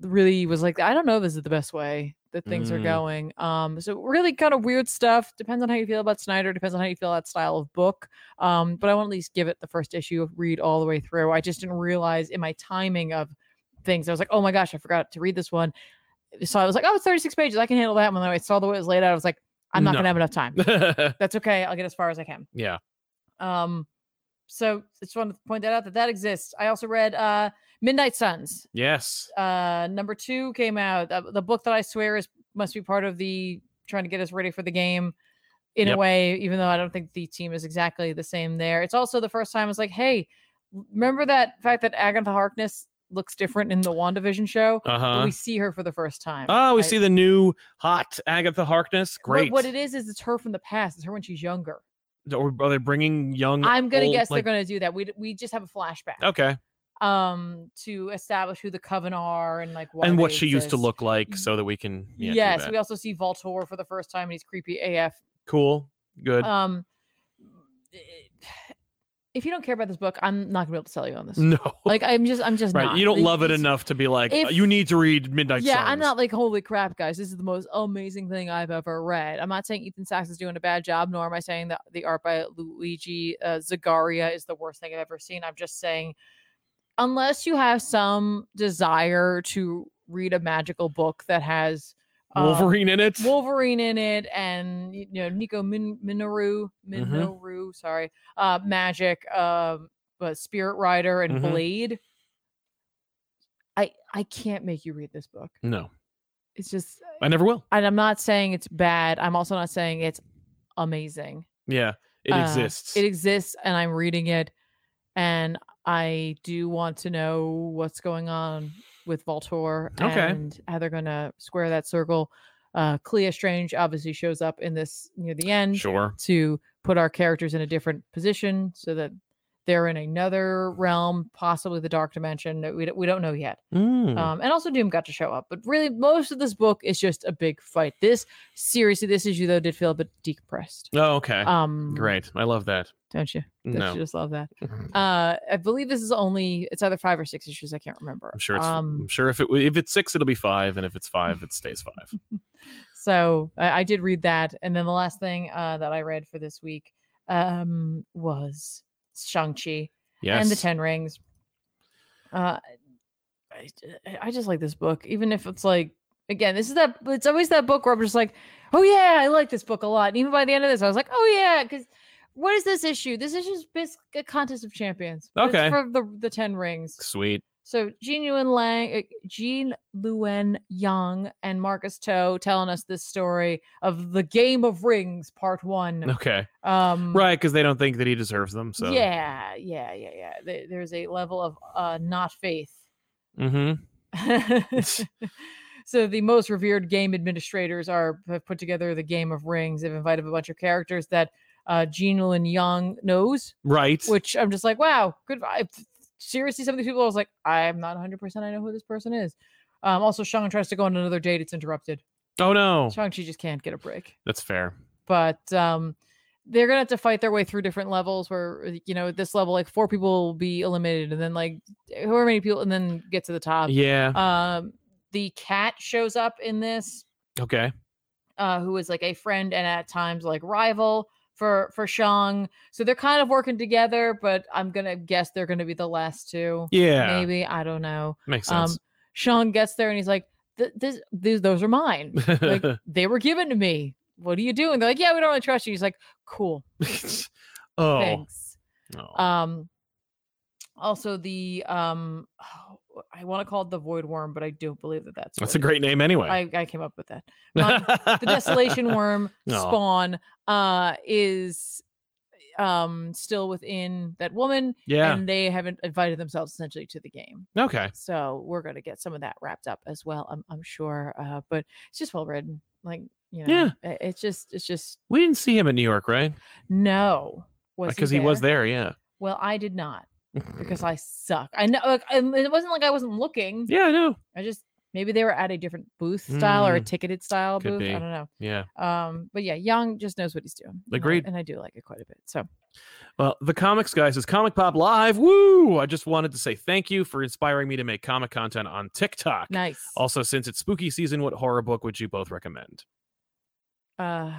Speaker 2: really was like i don't know if this is the best way that things are
Speaker 1: Mm.
Speaker 2: going um so really kind of weird stuff depends on how you feel about snyder depends on how you feel that style of book um but i want to at least give it the first issue of read all the way through i just didn't realize in my timing of things i was like oh my gosh i forgot to read this one so I was like, oh, it's 36 pages. I can handle that one. Then I saw the way it was laid out. I was like, I'm not
Speaker 1: No.
Speaker 2: gonna have
Speaker 1: <laughs>
Speaker 2: enough time. That's okay. I'll get as far as I can.
Speaker 1: yeah.
Speaker 2: Um, so just wanted to point that out that that exists. I also read uh Midnight Suns.
Speaker 1: Yes.
Speaker 2: Uh, number two came out. Uh, the book that I swear is must be part of the trying to get us ready for the game in
Speaker 1: Yep.
Speaker 2: a way, even though I don't think the team is exactly the same there. It's also the first time it's like, hey, remember that fact that Agatha Harkness looks different in the WandaVision show?
Speaker 1: Uh
Speaker 2: But
Speaker 1: huh.
Speaker 2: We see her for the first time.
Speaker 1: Oh, we
Speaker 2: I-
Speaker 1: see the new hot Agatha Harkness.
Speaker 2: What-
Speaker 1: Great.
Speaker 2: What, it is is it's her from the past. It's her when she's younger.
Speaker 1: Or are they bringing young?
Speaker 2: I'm gonna
Speaker 1: old,
Speaker 2: guess
Speaker 1: like-
Speaker 2: they're gonna do that. We d- we just have a flashback.
Speaker 1: Okay.
Speaker 2: Um, to establish who the coven are and like why
Speaker 1: and what
Speaker 2: they
Speaker 1: she used to
Speaker 2: exist.
Speaker 1: look like,
Speaker 2: Y-
Speaker 1: so that we can. Yeah, do
Speaker 2: yes,
Speaker 1: that.
Speaker 2: we also see Voltor for the first time, and he's creepy AF.
Speaker 1: cool. Good.
Speaker 2: Um, if you don't care about this book, I'm not gonna be able to sell you on
Speaker 1: <laughs>
Speaker 2: this.
Speaker 1: no.
Speaker 2: Like I'm just, I'm just
Speaker 1: right.
Speaker 2: Not.
Speaker 1: you don't
Speaker 2: Like,
Speaker 1: love it
Speaker 2: it's-
Speaker 1: enough to be like,
Speaker 2: if-
Speaker 1: you need to read Midnight
Speaker 2: yeah, I'm
Speaker 1: Suns."
Speaker 2: not like holy crap, guys. This is the most amazing thing I've ever read. I'm not saying Ethan Sachs is doing a bad job, nor am I saying that the art by Luigi uh, Zagaria is the worst thing I've ever seen. I'm just saying, unless you have some desire to read a magical book that has um,
Speaker 1: Wolverine in it.
Speaker 2: <laughs> Wolverine in it, and you know Nico Min- Minoru,
Speaker 1: Mhm.
Speaker 2: Minoru, sorry, uh, Magic, um, uh, Spirit Rider, and
Speaker 1: Mhm.
Speaker 2: Blade. I I can't make you read this book.
Speaker 1: no,
Speaker 2: It's just,
Speaker 1: I never will.
Speaker 2: and I'm not saying it's bad. I'm also not saying it's amazing.
Speaker 1: Yeah, it
Speaker 2: Uh,
Speaker 1: exists.
Speaker 2: It exists, and I'm reading it, and I do want to know what's going on with Voltor
Speaker 1: Okay.
Speaker 2: and how they're gonna square that circle. Uh, Clea Strange obviously shows up in this near the end
Speaker 1: sure.
Speaker 2: to put our characters in a different position so that they're in another realm, possibly the dark dimension. that We don't- we don't know yet.
Speaker 1: Mm.
Speaker 2: Um, and also Doom got to show up, but really most of this book is just a big fight. This seriously, this issue though did feel a bit decompressed.
Speaker 1: oh, okay.
Speaker 2: Um,
Speaker 1: Great. I love that.
Speaker 2: don't you? Don't
Speaker 1: No.
Speaker 2: you just love that? Uh, I believe this is only it's either five or six issues. I can't remember.
Speaker 1: I'm sure it's. I'm
Speaker 2: Um,
Speaker 1: sure if it w- if it's six, it'll be five, and if it's five, it stays
Speaker 2: <laughs>
Speaker 1: five.
Speaker 2: so I, I did read that, and then the last thing uh, that I read for this week um, was Shang Chi
Speaker 1: Yes.
Speaker 2: and the Ten Rings. Uh, I, I just like this book, even if it's like again, this is that it's always that book where I'm just like, oh yeah, I like this book a lot. And even by the end of this, I was like, oh yeah, because what is this issue? This issue is basically a contest of champions. but it's
Speaker 1: Okay.
Speaker 2: for the the Ten Rings. <laughs>
Speaker 1: Sweet.
Speaker 2: So Jean Yuen Lang, uh, Jean Luen Yang, and Marcus Toe telling us this story of the Game of Rings Part
Speaker 1: <laughs>
Speaker 2: One.
Speaker 1: Okay.
Speaker 2: Um,
Speaker 1: Right, because they don't think that he deserves them. So. <laughs>
Speaker 2: Yeah, yeah, yeah, yeah. There- There's a level of uh, not faith <laughs>
Speaker 1: Mm-hmm.
Speaker 2: so the most revered game administrators are have put together the Game of Rings. They've invited a bunch of characters that uh, Gene Lin Yang knows,
Speaker 1: Right.
Speaker 2: which I'm just like, wow, good. I, seriously, some of these people, I was like, I'm not 100. percent I know who this person is. Um, also, Shang tries to go on another date. It's interrupted.
Speaker 1: oh no.
Speaker 2: Shang Chi just can't get a break.
Speaker 1: That's fair.
Speaker 2: But um, they're gonna have to fight their way through different levels. Where uh, you know, at this level, like four people will be eliminated, and then like however many people, and then get to the top.
Speaker 1: yeah.
Speaker 2: Um, the cat shows up in this,
Speaker 1: okay.
Speaker 2: uh, who is like a friend and at times like rival for for Shang. So they're kind of working together, but I'm gonna guess they're gonna be the last two.
Speaker 1: Yeah.
Speaker 2: Maybe I don't know.
Speaker 1: Makes
Speaker 2: Um,
Speaker 1: sense.
Speaker 2: Shang gets there and he's like, "Th- "This, these, those are mine. Like, they were given to me. What are you doing?" They're like, "Yeah, we don't really trust you." He's like, "Cool,
Speaker 1: <laughs> oh.
Speaker 2: thanks."
Speaker 1: Oh.
Speaker 2: Um, also the um, <sighs> I want to call it the void worm, but I don't believe that that's
Speaker 1: That's
Speaker 2: what
Speaker 1: a
Speaker 2: it
Speaker 1: great name anyway.
Speaker 2: I, I came up with that. Mon- um,
Speaker 1: <laughs>
Speaker 2: the desolation worm
Speaker 1: Aw.
Speaker 2: spawn uh is um still within that woman
Speaker 1: Yeah.
Speaker 2: and they haven't invited themselves essentially to the game
Speaker 1: okay.
Speaker 2: so we're going to get some of that wrapped up as well i'm, I'm sure uh but it's just well written like you know
Speaker 1: Yeah.
Speaker 2: i- it's just it's just
Speaker 1: We didn't see him in New York, right?
Speaker 2: no was
Speaker 1: Because he, was there. Yeah.
Speaker 2: well i did not
Speaker 1: <clears throat>
Speaker 2: because i suck i know like, and it wasn't like i wasn't looking
Speaker 1: yeah. I know.
Speaker 2: i just maybe they were at a different booth style or a
Speaker 1: Mm,
Speaker 2: ticketed style
Speaker 1: could
Speaker 2: booth
Speaker 1: be.
Speaker 2: i don't know
Speaker 1: Yeah.
Speaker 2: um, but yeah, Young just knows what he's doing. and I-
Speaker 1: Agreed.
Speaker 2: And I, do like it quite a bit. So
Speaker 1: Well, the comics guy says Comic Pop Live. Woo! I just wanted to say thank you for inspiring me to make comic content on TikTok.
Speaker 2: nice.
Speaker 1: Also, since it's spooky season, what horror book would you both recommend?
Speaker 2: Uh,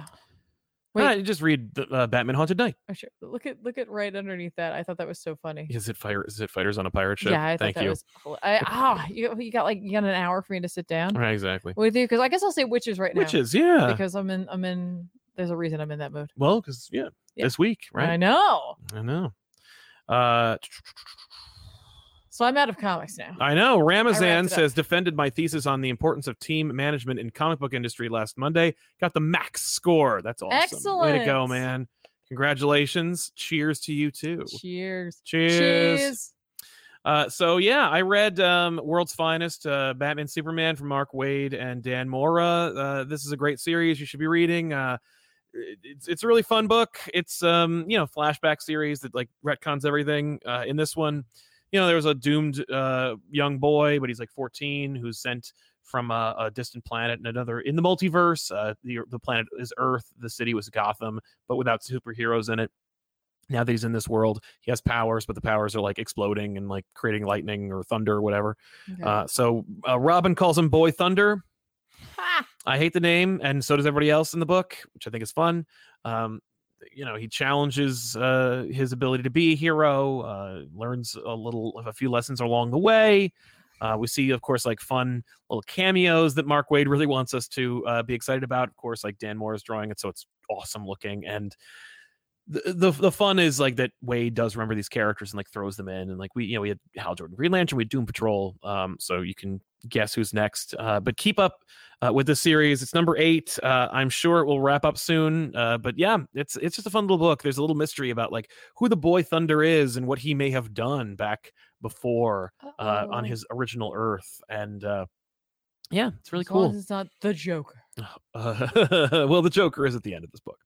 Speaker 2: wait,
Speaker 1: Wait. just read the, uh, Batman Haunted Night.
Speaker 2: oh, sure. look at look at right underneath that. I thought that was so funny.
Speaker 1: Is it fire? Is it fighters on a pirate ship?
Speaker 2: Yeah, I thought
Speaker 1: Thank
Speaker 2: that
Speaker 1: you.
Speaker 2: was. hila- I, ah, you you got like you got an hour for me to sit down.
Speaker 1: Right, exactly.
Speaker 2: What do you? Because I guess I'll say witches right now.
Speaker 1: Which is yeah.
Speaker 2: Because I'm in I'm in. There's a reason I'm in that mood.
Speaker 1: well, because yeah,
Speaker 2: Yeah.
Speaker 1: this week,
Speaker 2: I
Speaker 1: right?
Speaker 2: know.
Speaker 1: I, know. Uh,
Speaker 2: So I'm out of comics now.
Speaker 1: I know.
Speaker 2: wrapped
Speaker 1: Ramazan
Speaker 2: it up.
Speaker 1: says defended my thesis on the importance of team management in comic book industry last Monday. Got the max score. That's awesome. Way to go,
Speaker 2: Excellent.
Speaker 1: man! Congratulations. Cheers to you too.
Speaker 2: Cheers.
Speaker 1: Oh. Cheers. Uh, so yeah, I read um, World's Finest, uh, Batman Superman from Mark Wade and Dan Mora. Uh, this is a great series you should be reading. Uh, it- it's it's a really fun book. It's um you know flashback series that like retcons everything. Uh, in this one, you know there was a doomed uh, young boy, but he's like 14, who's sent from a, a distant planet and another in the multiverse. Uh, the the planet is Earth. The city was Gotham, but without superheroes in it now that he's in this world, he has powers, but the powers are like exploding and like creating lightning or thunder or whatever.
Speaker 2: Okay.
Speaker 1: Uh, so uh, Robin calls him Boy Thunder.
Speaker 2: Ha!
Speaker 1: I hate the name, and so does everybody else in the book, which I think is fun. Um, you know, he challenges uh, his ability to be a hero, uh, learns a little, a few lessons along the way. Uh, we see, of course, like fun little cameos that Mark Wade really wants us to uh, be excited about. Of course, like Dan Moore is drawing it, so it's awesome looking. And the, the the fun is like that Wade does remember these characters and like throws them in. And like we, you know, we had Hal Jordan, Green Lantern, we had Doom Patrol. Um, so you can guess who's next. Uh, but keep up uh, with this series. It's number eight. Uh, I'm sure it will wrap up soon. Uh, but yeah, it's it's just a fun little book. There's a little mystery about like who the boy Thunder is and what he may have done back before uh, on
Speaker 2: Uh-oh.
Speaker 1: his original Earth. And uh, yeah, it's really
Speaker 2: As long
Speaker 1: cool.
Speaker 2: as it's not the Joker.
Speaker 1: Uh, <laughs> well, the Joker is at the end of this book.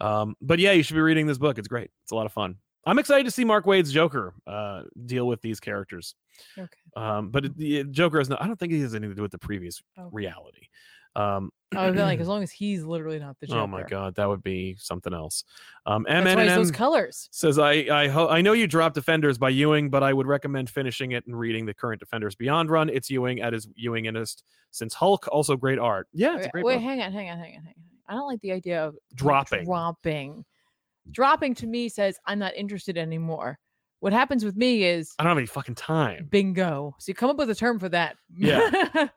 Speaker 1: Um, but yeah, you should be reading this book. It's great. It's a lot of fun. I'm excited to see Mark Wade's Joker uh, deal with these characters.
Speaker 2: Okay.
Speaker 1: Um, but it, the Joker is not. I don't think he has anything to do with the previous
Speaker 2: Okay.
Speaker 1: reality. Um,
Speaker 2: I was like, as long as he's literally not the Joker.
Speaker 1: oh my god, that would be something else. Um,
Speaker 2: That's
Speaker 1: M
Speaker 2: why he's those
Speaker 1: and
Speaker 2: colors.
Speaker 1: says I I ho- I know you dropped Defenders by Ewing, but I would recommend finishing it and reading the current Defenders Beyond run. It's Ewing at his Ewingest since Hulk. Also great art. Yeah, it's a
Speaker 2: Okay,
Speaker 1: great
Speaker 2: wait,
Speaker 1: book.
Speaker 2: hang on, hang on, hang on, hang on. I don't like the idea of like,
Speaker 1: dropping. Mm.
Speaker 2: Dropping. Dropping to me says I'm not interested anymore. What happens with me is
Speaker 1: I don't have any fucking time.
Speaker 2: bingo. So you come up with a term for that.
Speaker 1: Yeah.
Speaker 2: <laughs>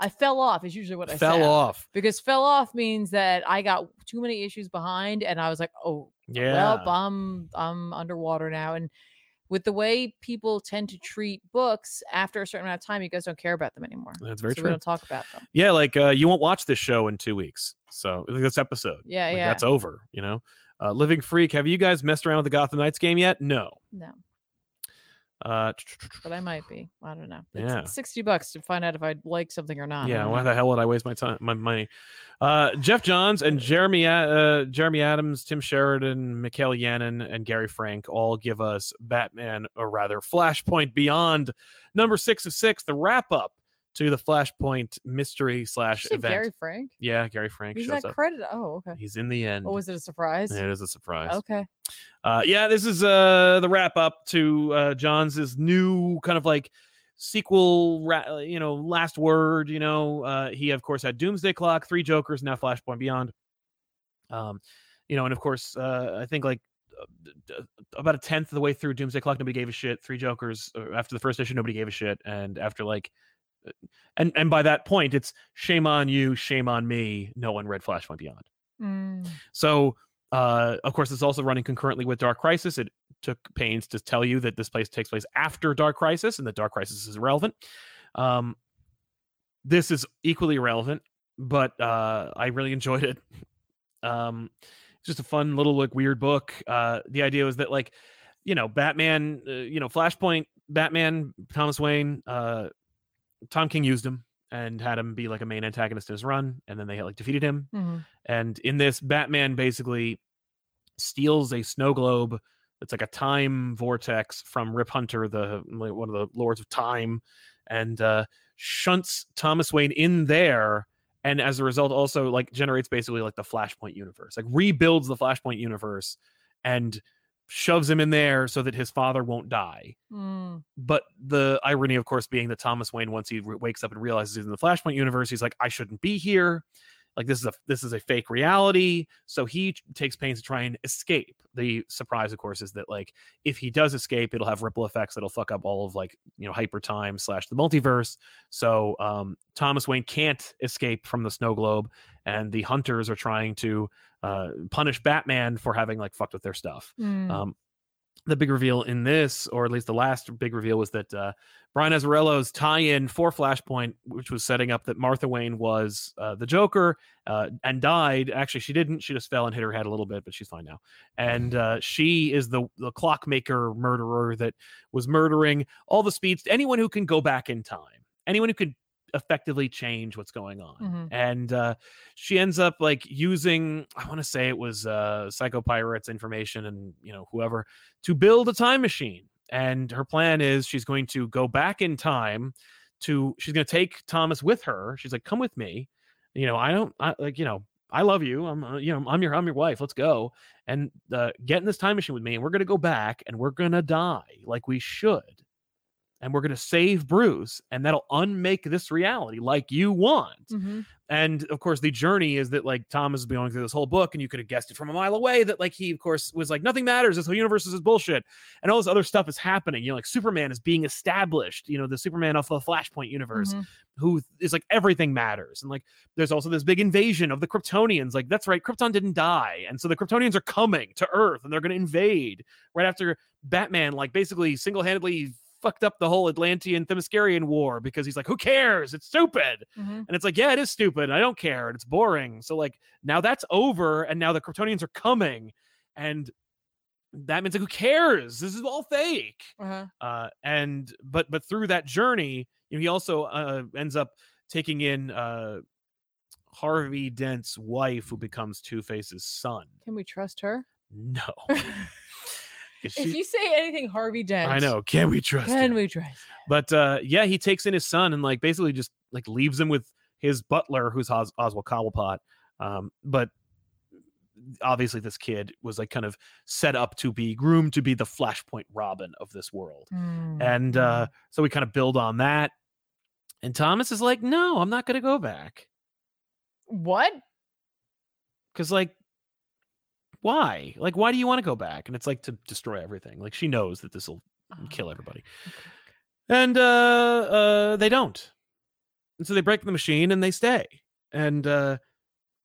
Speaker 2: I fell off is usually what I
Speaker 1: Fell
Speaker 2: sound.
Speaker 1: off.
Speaker 2: Because fell off means that I got too many issues behind and I was like, oh
Speaker 1: Yeah.
Speaker 2: well, I'm I'm underwater now. And with the way people tend to treat books after a certain amount of time, you guys don't care about them anymore.
Speaker 1: That's very
Speaker 2: so We
Speaker 1: true.
Speaker 2: don't talk about them.
Speaker 1: yeah, like uh, you won't watch this show in two weeks. So like, this episode.
Speaker 2: Yeah,
Speaker 1: Like,
Speaker 2: yeah.
Speaker 1: That's over, you know? Uh, Living Freak, have you guys messed around with the Gotham Knights game yet? No.
Speaker 2: no.
Speaker 1: Uh,
Speaker 2: but I might be. I don't know. It's
Speaker 1: Yeah.
Speaker 2: sixty bucks to find out if I like something or not. I
Speaker 1: yeah,
Speaker 2: don't
Speaker 1: why
Speaker 2: know.
Speaker 1: the hell would I waste my time, my money? Uh, Jeff Johns and Jeremy, uh, Jeremy Adams, Tim Sheridan, Mikhail Yannon, and Gary Frank all give us Batman, or rather Flashpoint Beyond, number six of six, the wrap up to the Flashpoint mystery slash
Speaker 2: Did you say
Speaker 1: event.
Speaker 2: Gary Frank.
Speaker 1: yeah, Gary Frank
Speaker 2: He's
Speaker 1: shows
Speaker 2: not
Speaker 1: up.
Speaker 2: credited. Oh, okay.
Speaker 1: He's in the end.
Speaker 2: Oh, was it a surprise?
Speaker 1: it is a surprise.
Speaker 2: Okay.
Speaker 1: Uh, yeah, this is uh, the wrap up to uh, John's new kind of like sequel, ra- you know, last word. You know, uh, he of course had Doomsday Clock, Three Jokers, now Flashpoint Beyond. Um, you know, and of course, uh, I think like uh, d- d- about a tenth of the way through Doomsday Clock, nobody gave a shit. Three Jokers uh, after the first issue, nobody gave a shit, and after like. uh, And and by that point, it's shame on you, shame on me. No one read Flashpoint Beyond.
Speaker 2: Mm.
Speaker 1: So, uh, of course, it's also running concurrently with Dark Crisis. It took pains to tell you that this place takes place after Dark Crisis and that Dark Crisis is relevant. Um, this is equally relevant, but uh, I really enjoyed it. Um, it's just a fun little like weird book. Uh, the idea was that like, you know, Batman, uh, you know, Flashpoint, Batman, Thomas Wayne, uh, Tom King used him and had him be like a main antagonist in his run, and then they like defeated him.
Speaker 2: Mhm.
Speaker 1: And in this, Batman basically steals a snow globe. It's like a time vortex from Rip Hunter, the like, one of the lords of time, and uh, shunts Thomas Wayne in there. And as a result, also like generates basically like the Flashpoint universe, like rebuilds the Flashpoint universe, and shoves him in there so that his father won't die
Speaker 2: Mm.
Speaker 1: but the irony of course being that thomas wayne once he re- wakes up and realizes he's in the flashpoint universe he's like i shouldn't be here like this is a this is a fake reality so he t- takes pains to try and escape the surprise of course is that like if he does escape it'll have ripple effects that'll fuck up all of like you know hyper time slash the multiverse so um thomas wayne can't escape from the snow globe and the hunters are trying to uh punish batman for having like fucked with their stuff
Speaker 2: Mm.
Speaker 1: um, the big reveal in this, or at least the last big reveal, was that uh, Brian Azzarello's tie-in for Flashpoint, which was setting up that Martha Wayne was uh, the Joker uh, and died. Actually, she didn't. She just fell and hit her head a little bit, but she's fine now. And uh, she is the the clockmaker murderer that was murdering all the speeds. Anyone who can go back in time, anyone who could effectively change what's going on
Speaker 2: Mhm.
Speaker 1: and uh, she ends up like using i want to say it was uh, psychopirates information and you know whoever to build a time machine and her plan is she's going to go back in time to she's going to take thomas with her she's like come with me you know i don't I, like you know i love you i'm uh, you know i'm your i'm your wife let's go and uh, get in this time machine with me and we're going to go back and we're going to die like we should and we're going to save bruce and that'll unmake this reality like you want
Speaker 2: Mhm.
Speaker 1: and of course the journey is that like thomas is going through this whole book and you could have guessed it from a mile away that like he of course was like nothing matters this whole universe is bullshit and all this other stuff is happening you know like superman is being established you know the superman of the flashpoint universe
Speaker 2: Mhm.
Speaker 1: who is like everything matters and like there's also this big invasion of the kryptonians like that's right krypton didn't die and so the kryptonians are coming to earth and they're going to invade right after batman like basically single-handedly fucked up the whole atlantean themyscirian war because he's like who cares it's stupid
Speaker 2: Mhm.
Speaker 1: and it's like, yeah, it is stupid. I don't care. And it's boring. So like now that's over. And now the Kryptonians are coming. And that means like, who cares? This is all fake.
Speaker 2: Uh-huh.
Speaker 1: Uh, and but but through that journey, you know, he also uh, ends up taking in uh, Harvey Dent's wife, who becomes Two Face's son. <laughs>
Speaker 2: Can we trust her?
Speaker 1: No, 'Cause
Speaker 2: <laughs> if
Speaker 1: Oh, she-
Speaker 2: you say anything, Harvey Dent.
Speaker 1: I know. Can we trust?
Speaker 2: Can
Speaker 1: him?
Speaker 2: we trust?
Speaker 1: But uh, yeah, he takes in his son and like basically just like leaves him with his butler, who's Os- Oswald Cobblepot. Um, but obviously, this kid was like kind of set up to be groomed to be the Flashpoint Robin of this world,
Speaker 2: Mm.
Speaker 1: and uh, so we kind of build on that. And Thomas is like, "No, I'm not going to go back
Speaker 2: what?
Speaker 1: because like." Why? Like, why do you want to go back? And it's like to destroy everything. Like, she knows that this will and kill
Speaker 2: Oh,
Speaker 1: everybody.
Speaker 2: okay,
Speaker 1: And uh, uh, they don't. And so they break the machine and they stay. And uh,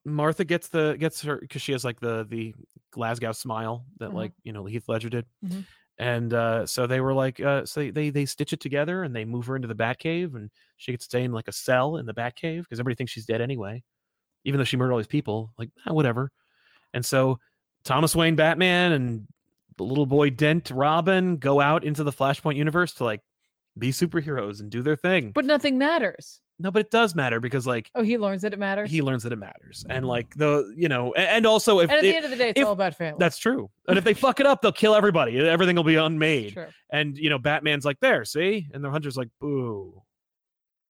Speaker 1: Martha gets the gets her because she has like the the Glasgow smile that
Speaker 2: Mhm.
Speaker 1: like you know Heath Ledger did.
Speaker 2: Mhm.
Speaker 1: And uh, so they were like, uh, so they, they they stitch it together and they move her into the Batcave and she gets to stay in like a cell in the Batcave because everybody thinks she's dead anyway, even though she murdered all these people. Like ah, whatever. And so Thomas Wayne Batman and the little boy Dent Robin go out into the Flashpoint universe to like be superheroes and do their thing.
Speaker 2: But nothing matters.
Speaker 1: No, but it does matter because like
Speaker 2: Oh, he learns that it matters.
Speaker 1: he learns that it matters, and like the you know, a- and also if
Speaker 2: and at
Speaker 1: it-
Speaker 2: the end of the day, it's
Speaker 1: if-
Speaker 2: all about family.
Speaker 1: that's true, and if they fuck it up, they'll kill everybody. Everything will be unmade.
Speaker 2: true.
Speaker 1: and you know batman's like there see and the hunter's like boo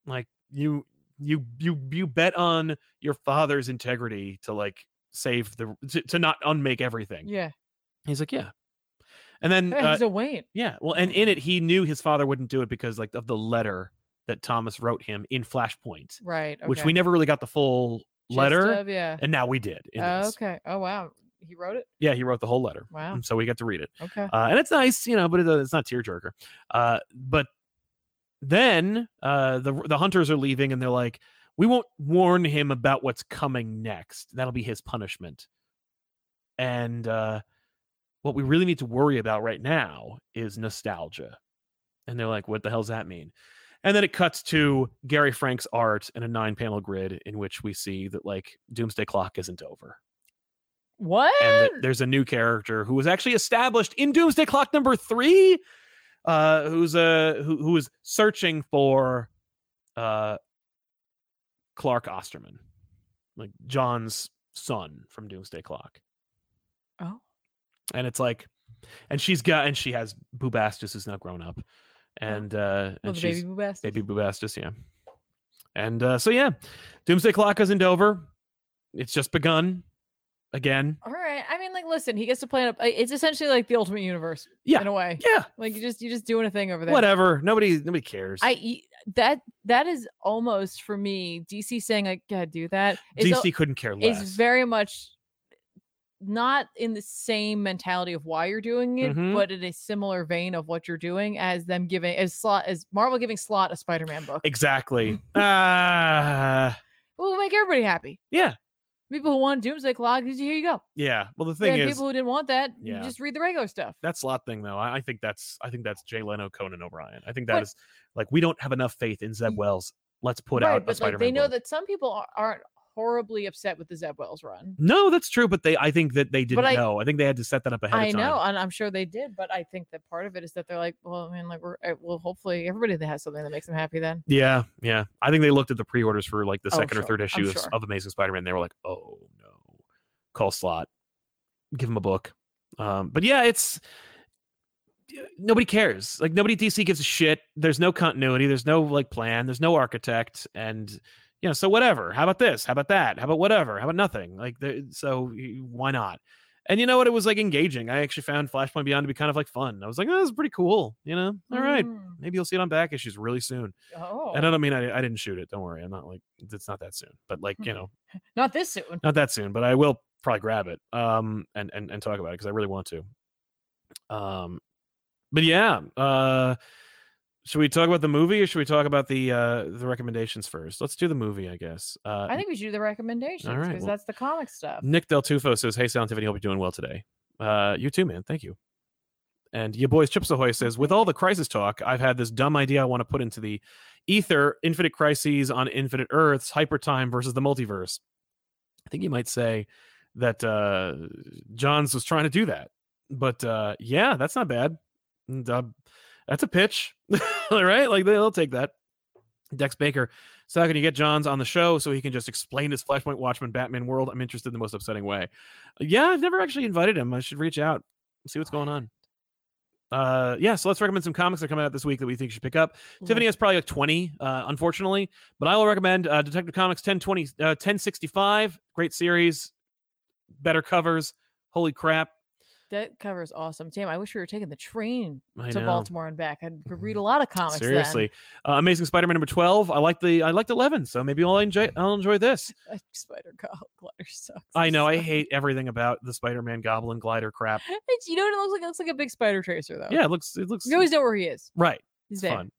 Speaker 1: like you you you you bet on your father's integrity to like save the to, to not unmake everything
Speaker 2: Yeah. <laughs>
Speaker 1: he's like yeah and then
Speaker 2: Hey,
Speaker 1: uh,
Speaker 2: he's a Wayne.
Speaker 1: yeah well and in it he knew his father wouldn't do it because like of the letter that thomas wrote him in flashpoint
Speaker 2: Right.
Speaker 1: which
Speaker 2: okay.
Speaker 1: we never really got the full
Speaker 2: Gist
Speaker 1: letter
Speaker 2: of, yeah.
Speaker 1: and now we did in this.
Speaker 2: okay. Oh wow. He wrote it?
Speaker 1: yeah he wrote the whole letter
Speaker 2: Wow.
Speaker 1: and so we got to read it
Speaker 2: Okay.
Speaker 1: uh, Mm. and it's nice, you know, but it, it's not tearjerker. Uh, but then uh, the the hunters are leaving, and they're like, "We won't warn him about what's coming next. That'll be his punishment." And uh, what we really need to worry about right now is nostalgia. And they're like, "What the hell's that mean?" And then it cuts to Gary Frank's art and a nine panel grid in which we see that like Doomsday Clock isn't over
Speaker 2: What?
Speaker 1: and that there's a new character who was actually established in Doomsday Clock number three, uh, who's uh, who who is searching for uh, Clark Osterman, like John's son from Doomsday Clock,
Speaker 2: oh.
Speaker 1: and it's like, and she's got and she has Bubastis who's now grown up, and uh,
Speaker 2: Oh. Well,
Speaker 1: and
Speaker 2: the
Speaker 1: she's
Speaker 2: baby boobass.
Speaker 1: Baby Bubastis, yeah. And uh, so yeah, Doomsday Clock is in Dover. It's just begun again.
Speaker 2: All right. I mean, like, listen, he gets to play. In a, it's essentially like the Ultimate Universe.
Speaker 1: Yeah.
Speaker 2: In a way,
Speaker 1: Yeah,
Speaker 2: like you just you just doing a thing over there.
Speaker 1: whatever. Nobody nobody cares.
Speaker 2: I e- that that is almost for me DC saying like yeah do that is al-
Speaker 1: DC couldn't care less.
Speaker 2: is very much not in the same mentality of why you're doing it,
Speaker 1: Mhm.
Speaker 2: but in a similar vein of what you're doing as them giving as slot as Marvel giving slot a Spider-Man book. <laughs>
Speaker 1: exactly. Ah,
Speaker 2: We'll make everybody happy.
Speaker 1: yeah,
Speaker 2: People who want Doomsday Clock, here you go.
Speaker 1: yeah. Well, the thing
Speaker 2: and
Speaker 1: is,
Speaker 2: people who didn't want that, you
Speaker 1: Yeah.
Speaker 2: just read the regular stuff.
Speaker 1: that slot thing though. I, I think that's I think that's Jay Leno, Conan O'Brien. I think that
Speaker 2: What-
Speaker 1: is like we don't have enough faith in Zeb
Speaker 2: Y-
Speaker 1: Wells. Let's put
Speaker 2: Mm. right,
Speaker 1: out a
Speaker 2: but like
Speaker 1: Spider-Man.
Speaker 2: they know
Speaker 1: book.
Speaker 2: that some people ar- aren't horribly upset with the Zeb Wells run.
Speaker 1: No, that's true. But they, I think that they didn't
Speaker 2: I-
Speaker 1: know. I think they had to set that up ahead
Speaker 2: I
Speaker 1: of time.
Speaker 2: know, and I'm sure they did, but I think that part of it is that they're like, well, I mean, like we're uh, well, hopefully everybody that has something that makes them happy. Then
Speaker 1: Yeah, yeah. I think they looked at the pre-orders for like the
Speaker 2: Oh,
Speaker 1: second or
Speaker 2: sure.
Speaker 1: third
Speaker 2: I'm
Speaker 1: issue of,
Speaker 2: sure.
Speaker 1: of Amazing Spider-Man. They were like, "Oh no, call slot, give him a book." Um, but yeah, it's yeah, nobody cares. Like nobody at DC gives a shit. There's no continuity. There's no like plan. There's no architect, and you know, so whatever. How about this? How about that? How about whatever? How about nothing? Like, there- so y- why not? And you know what? It was like engaging. I actually found Flashpoint Beyond to be kind of like fun. I was like, "Oh, this is pretty cool." You know, all right.
Speaker 2: Mm,
Speaker 1: Maybe you'll see it on back issues really soon.
Speaker 2: Oh,
Speaker 1: And uh, I don't mean I, I didn't shoot it. Don't worry. I'm not like it's not that soon, but like you
Speaker 2: Mhm.
Speaker 1: know,
Speaker 2: not this soon.
Speaker 1: not that soon. But I will probably grab it um and and, and talk about it because I really want to. Um, but yeah, uh, should we talk about the movie or should we talk about the uh the recommendations first? Let's do the movie, I guess. Uh,
Speaker 2: I think we should do the recommendations because
Speaker 1: right, well-
Speaker 2: that's the comic stuff.
Speaker 1: Nick Del Tufo says, "Hey, Sound Tiffany, hope you're doing well today. Uh, you too, man. Thank you." And your boys Chips Ahoy says, "With all the crisis talk, I've had this dumb idea I want to put into the ether: infinite crises on infinite Earths, hypertime versus the multiverse." I think you might say that uh, Johns was trying to do that, but uh, yeah, that's not bad. And, uh, that's a pitch, <laughs> all right? Like they'll take that. Dex Baker. So how can you get Johns on the show so he can just explain his Flashpoint Watchman Batman world? I'm interested in the most upsetting way. Yeah, I've never actually invited him. I should reach out and see what's going on. Uh yeah, so let's recommend some comics that are coming out this week that we think you should pick up.
Speaker 2: Mm-hmm.
Speaker 1: Tiffany has probably like 20, uh, unfortunately, but I will recommend uh, Detective Comics 1020, uh, 1065. Great series, better covers. Holy crap.
Speaker 2: that cover is awesome. Damn, I wish we were taking the train
Speaker 1: I
Speaker 2: to
Speaker 1: know. Mm-hmm.
Speaker 2: Baltimore and back. I could read a lot of comics. then. <laughs>
Speaker 1: Seriously, uh, Amazing Spider-Man number twelve. I like the I liked eleven, so maybe I'll enjoy I'll enjoy this.
Speaker 2: That spider go- glider sucks.
Speaker 1: I
Speaker 2: I'm
Speaker 1: know I
Speaker 2: sorry.
Speaker 1: hate everything about the Spider-Man Goblin Glider crap.
Speaker 2: It's, you know what it looks like? It looks like a big spider tracer though.
Speaker 1: Yeah, it looks it looks
Speaker 2: you Oh. always know where he is.
Speaker 1: right.
Speaker 2: He's
Speaker 1: It's
Speaker 2: there.
Speaker 1: fun.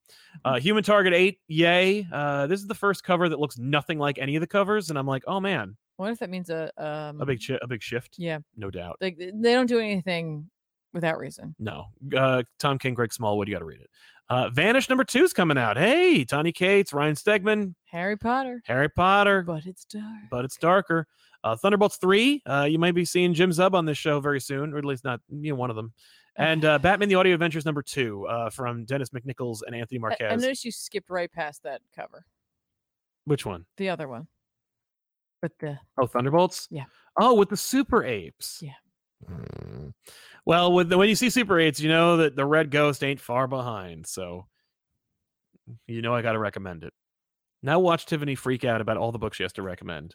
Speaker 1: Uh, Human Target Eight, yay! Uh, this is the first cover that looks nothing like any of the covers, and I'm like, oh man,
Speaker 2: I wonder if that means a um
Speaker 1: a big chi- a big shift,
Speaker 2: yeah.
Speaker 1: no doubt.
Speaker 2: Like they don't do anything without reason.
Speaker 1: No, uh, Tom King, Greg Smallwood, you got to read it. Uh, Vanish number two's coming out. Hey, Tony Cates, Ryan Stegman,
Speaker 2: Harry Potter,
Speaker 1: Harry Potter,
Speaker 2: but it's dark.
Speaker 1: but it's darker. Uh, Thunderbolts three. Uh, you might be seeing Jim Zub on this show very soon, or at least not you know, one of them. And <laughs> uh, Batman: The Audio Adventures number two uh, from Dennis McNichols and Anthony
Speaker 2: I- I,
Speaker 1: Marquez.
Speaker 2: noticed you skipped right past that cover,
Speaker 1: Which one?
Speaker 2: the other one. But the <sighs>
Speaker 1: Oh, Thunderbolts.
Speaker 2: Yeah.
Speaker 1: Oh, with the super apes.
Speaker 2: Yeah.
Speaker 1: Mm. Well, with the, when you see super apes, you know that the red ghost ain't far behind. So, you know I got to recommend it. Now watch Tiffany freak out about all the books she has to recommend.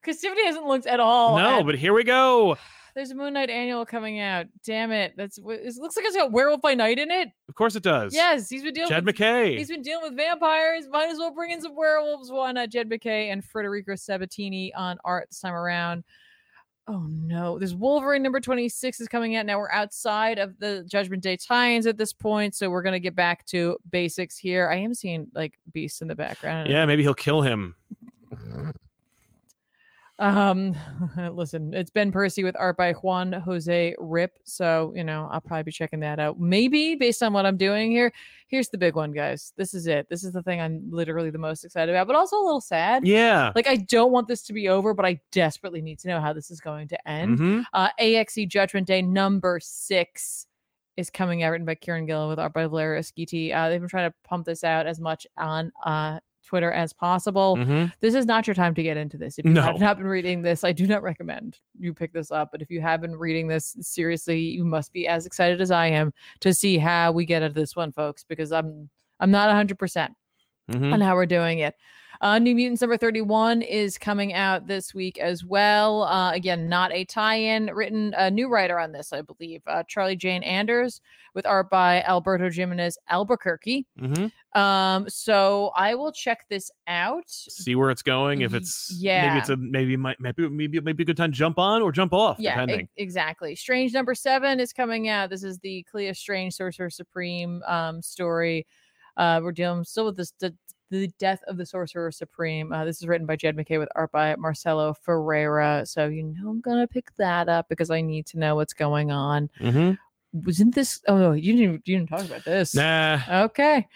Speaker 2: because Tiffany hasn't looked at all.
Speaker 1: no,
Speaker 2: at-
Speaker 1: but here we go.
Speaker 2: there's a Moon Knight annual coming out. Damn it! That's wh- it looks like it's got Werewolf by Night in it.
Speaker 1: Of course it does.
Speaker 2: Yes, he's been dealing.
Speaker 1: Chad
Speaker 2: with,
Speaker 1: McKay.
Speaker 2: He's been dealing with vampires. Might as well bring in some werewolves. Why not? Jed McKay and Federico Sabatini on art this time around. Oh no! There's Wolverine number 26 is coming out. Now we're outside of the Judgment Day tie-ins at this point, so we're gonna get back to basics here. I am seeing like beasts in the background.
Speaker 1: Yeah, maybe he'll kill him.
Speaker 2: Um, <laughs> listen, it's Ben Percy with art by Juan Jose Rip. So, you know, I'll probably be checking that out. Maybe based on what I'm doing here. Here's the big one, guys. This is it. This is the thing I'm literally the most excited about, but also a little sad.
Speaker 1: Yeah.
Speaker 2: Like, I don't want this to be over, but I desperately need to know how this is going to end.
Speaker 1: Mhm.
Speaker 2: Uh, AXE Judgment Day number six is coming out, written by Kieran Gillen with art by Valeria Skeety. Uh, they've been trying to pump this out as much on uh, Twitter as possible
Speaker 1: Mhm.
Speaker 2: this is not your time to get into this. If you have
Speaker 1: No.
Speaker 2: not been reading this, I do not recommend you pick this up. But if you have been reading this seriously, you must be as excited as I am to see how we get out of this one, folks, because I'm I'm not 100 percent
Speaker 1: Mhm.
Speaker 2: on how we're doing it. Uh, New Mutants number 31 is coming out this week as well. Uh, again, not a tie in, written a new writer on this, I believe, uh, Charlie Jane Anders, with art by Alberto Jimenez Albuquerque.
Speaker 1: Mhm.
Speaker 2: Um, so I will check this out.
Speaker 1: See where it's going. If
Speaker 2: Y-
Speaker 1: it's
Speaker 2: yeah.
Speaker 1: maybe it's a maybe might maybe maybe maybe a good time to jump on or jump off
Speaker 2: yeah,
Speaker 1: depending.
Speaker 2: ex- exactly. Strange number seven is coming out. This is the Clea Strange Sorcerer Supreme um, story. Uh, we're dealing still with this the, the death of the Sorcerer Supreme. Uh, this is written by Jed McKay with art by Marcelo Ferreira. So you know I'm gonna pick that up because I need to know what's going on.
Speaker 1: Mhm.
Speaker 2: Wasn't this? Oh no, you didn't. You didn't talk about this.
Speaker 1: Nah,
Speaker 2: Okay.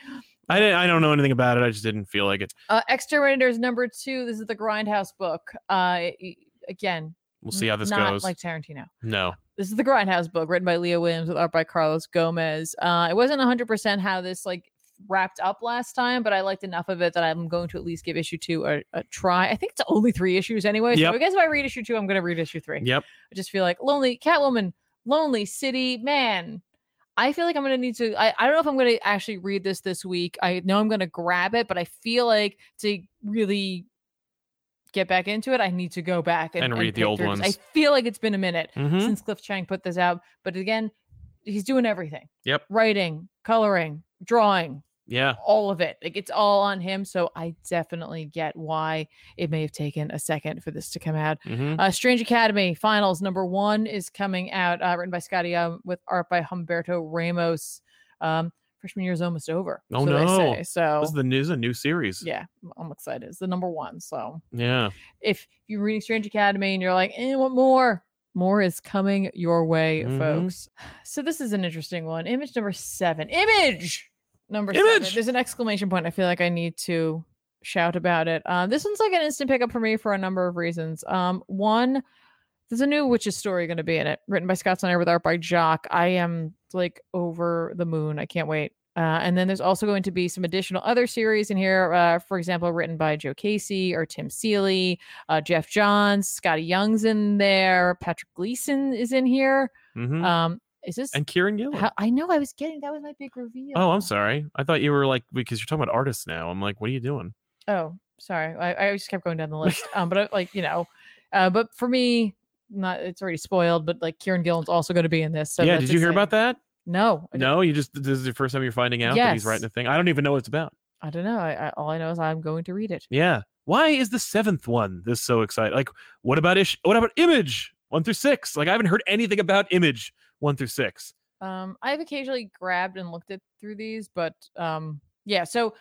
Speaker 1: I didn't, I don't know anything about it. I just didn't feel like it.
Speaker 2: Uh, Exterminators number two. This is the Grindhouse book. Uh, y- again,
Speaker 1: We'll see how this
Speaker 2: not
Speaker 1: goes.
Speaker 2: Like Tarantino.
Speaker 1: no.
Speaker 2: this is the grindhouse book written by leah williams with art by carlos gomez uh it wasn't 100% how this like wrapped up last time but i liked enough of it that i'm going to at least give issue two a, a try i think it's only three issues anyway so
Speaker 1: Yep.
Speaker 2: i guess if i read issue two i'm gonna read issue three
Speaker 1: Yep.
Speaker 2: i just feel like lonely catwoman lonely city man i feel like i'm gonna need to I, I don't know if i'm gonna actually read this this week i know i'm gonna grab it but i feel like to really get back into it i need to go back and,
Speaker 1: And read the
Speaker 2: pick
Speaker 1: old
Speaker 2: through this.
Speaker 1: ones.
Speaker 2: i feel like it's been a minute
Speaker 1: Mhm.
Speaker 2: since Cliff Chang put this out. But again, he's doing everything.
Speaker 1: Yep.
Speaker 2: Writing, coloring, drawing,
Speaker 1: Yeah.
Speaker 2: all of it. Like it's all on him. So I definitely get why it may have taken a second for this to come out.
Speaker 1: Mhm.
Speaker 2: Uh, Strange Academy Finals number one is coming out, uh, written by Scotty um, with art by Humberto Ramos. Um, freshman year is almost over.
Speaker 1: Oh,
Speaker 2: so they
Speaker 1: no.
Speaker 2: say. So
Speaker 1: This is the news. A new series.
Speaker 2: yeah, I'm excited. It's the number one. So
Speaker 1: Yeah.
Speaker 2: if you're reading Strange Academy and you're like, eh, what more? More is coming your way,
Speaker 1: Mhm.
Speaker 2: folks. <sighs> So this is an interesting one. Image number seven. Image number seven.
Speaker 1: Image!
Speaker 2: There's an exclamation point. I feel like I need to shout about it. Uh, this one's like an instant pickup for me for a number of reasons. Um, one, there's a new witches story going to be in it, written by Scott Snyder with art by Jock. I am like over the moon. I can't wait. Uh, and then there's also going to be some additional other series in here, uh, for example, written by Joe Casey or Tim Seeley, uh, Jeff Johns, Scotty Young's in there, Patrick Gleason is in here.
Speaker 1: Mhm.
Speaker 2: Um, is this?
Speaker 1: and Kieran Gillen.
Speaker 2: how, I know I was getting that was my big reveal.
Speaker 1: oh, I'm sorry. I thought you were like because you're talking about artists now. I'm like, what are you doing?
Speaker 2: Oh, sorry. I, I just kept going down the list. Um, but I, like you know, uh, but for me, not it's already spoiled. But like Kieran Gillen's also going to be in this. So
Speaker 1: yeah.
Speaker 2: that's
Speaker 1: Did you hear about that?
Speaker 2: exciting. No, I don't-
Speaker 1: No. You just this is the first time you're finding out that he's writing
Speaker 2: Yes.
Speaker 1: a thing. I don't even know what it's about.
Speaker 2: I don't know. I, I, all I know is I'm going to read it.
Speaker 1: Yeah. Why is the seventh one this so exciting? Like, what about ish? What about Image one through six? Like, I haven't heard anything about Image one through six.
Speaker 2: Um, I've occasionally grabbed and looked at through these, but um, yeah. So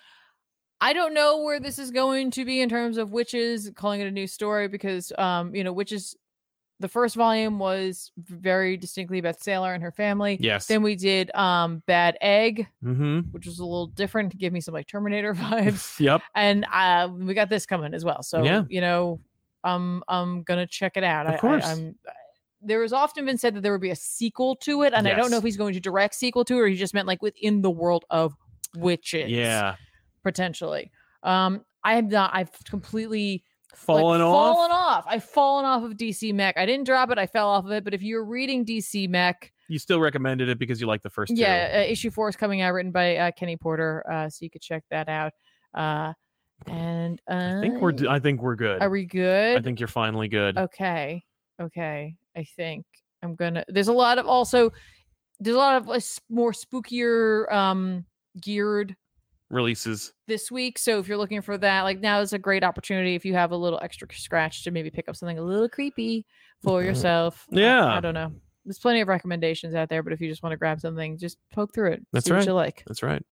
Speaker 2: I don't know where this is going to be in terms of witches calling it a new story because um, you know, witches the first volume was very distinctly Beth Sailor and her family.
Speaker 1: Yes.
Speaker 2: Then we did um Bad Egg,
Speaker 1: mm-hmm.
Speaker 2: which was a little different, give me some like
Speaker 1: <laughs>
Speaker 2: Terminator <laughs> vibes.
Speaker 1: Yep.
Speaker 2: and uh, we got this coming as well. So
Speaker 1: Yeah.
Speaker 2: you know, I'm I'm gonna check it out.
Speaker 1: Of
Speaker 2: I-
Speaker 1: course.
Speaker 2: I, I'm. There has often been said that there would be a sequel to it, and I don't
Speaker 1: Yes.
Speaker 2: know if he's going to direct sequel to it or he just meant like within the world of witches,
Speaker 1: Yeah.
Speaker 2: potentially. Um, I have not. I've completely like,
Speaker 1: Falling off.
Speaker 2: fallen off. I've fallen off of DC Mech. I didn't drop it. I fell off of it. But if you're reading DC Mech,
Speaker 1: You still recommended it because you like the first two.
Speaker 2: yeah, uh, issue four is coming out, written by uh, Kenny Porter, uh, so you could check that out. Uh, and uh,
Speaker 1: I think we're. d- I think we're good.
Speaker 2: are we good?
Speaker 1: I think you're finally good.
Speaker 2: Oh. okay. Okay. I think I'm gonna. There's a lot of also. There's a lot of uh, s- more spookier um geared
Speaker 1: Releases.
Speaker 2: this week. So if you're looking for that, like now is a great opportunity if you have a little extra scratch to maybe pick up something a little creepy
Speaker 1: <laughs>
Speaker 2: for yourself. I- I,
Speaker 1: Yeah.
Speaker 2: don't know. There's plenty of recommendations out there, but if you just want to grab something, just poke through it.
Speaker 1: That's
Speaker 2: see What
Speaker 1: right.
Speaker 2: you like.
Speaker 1: That's right.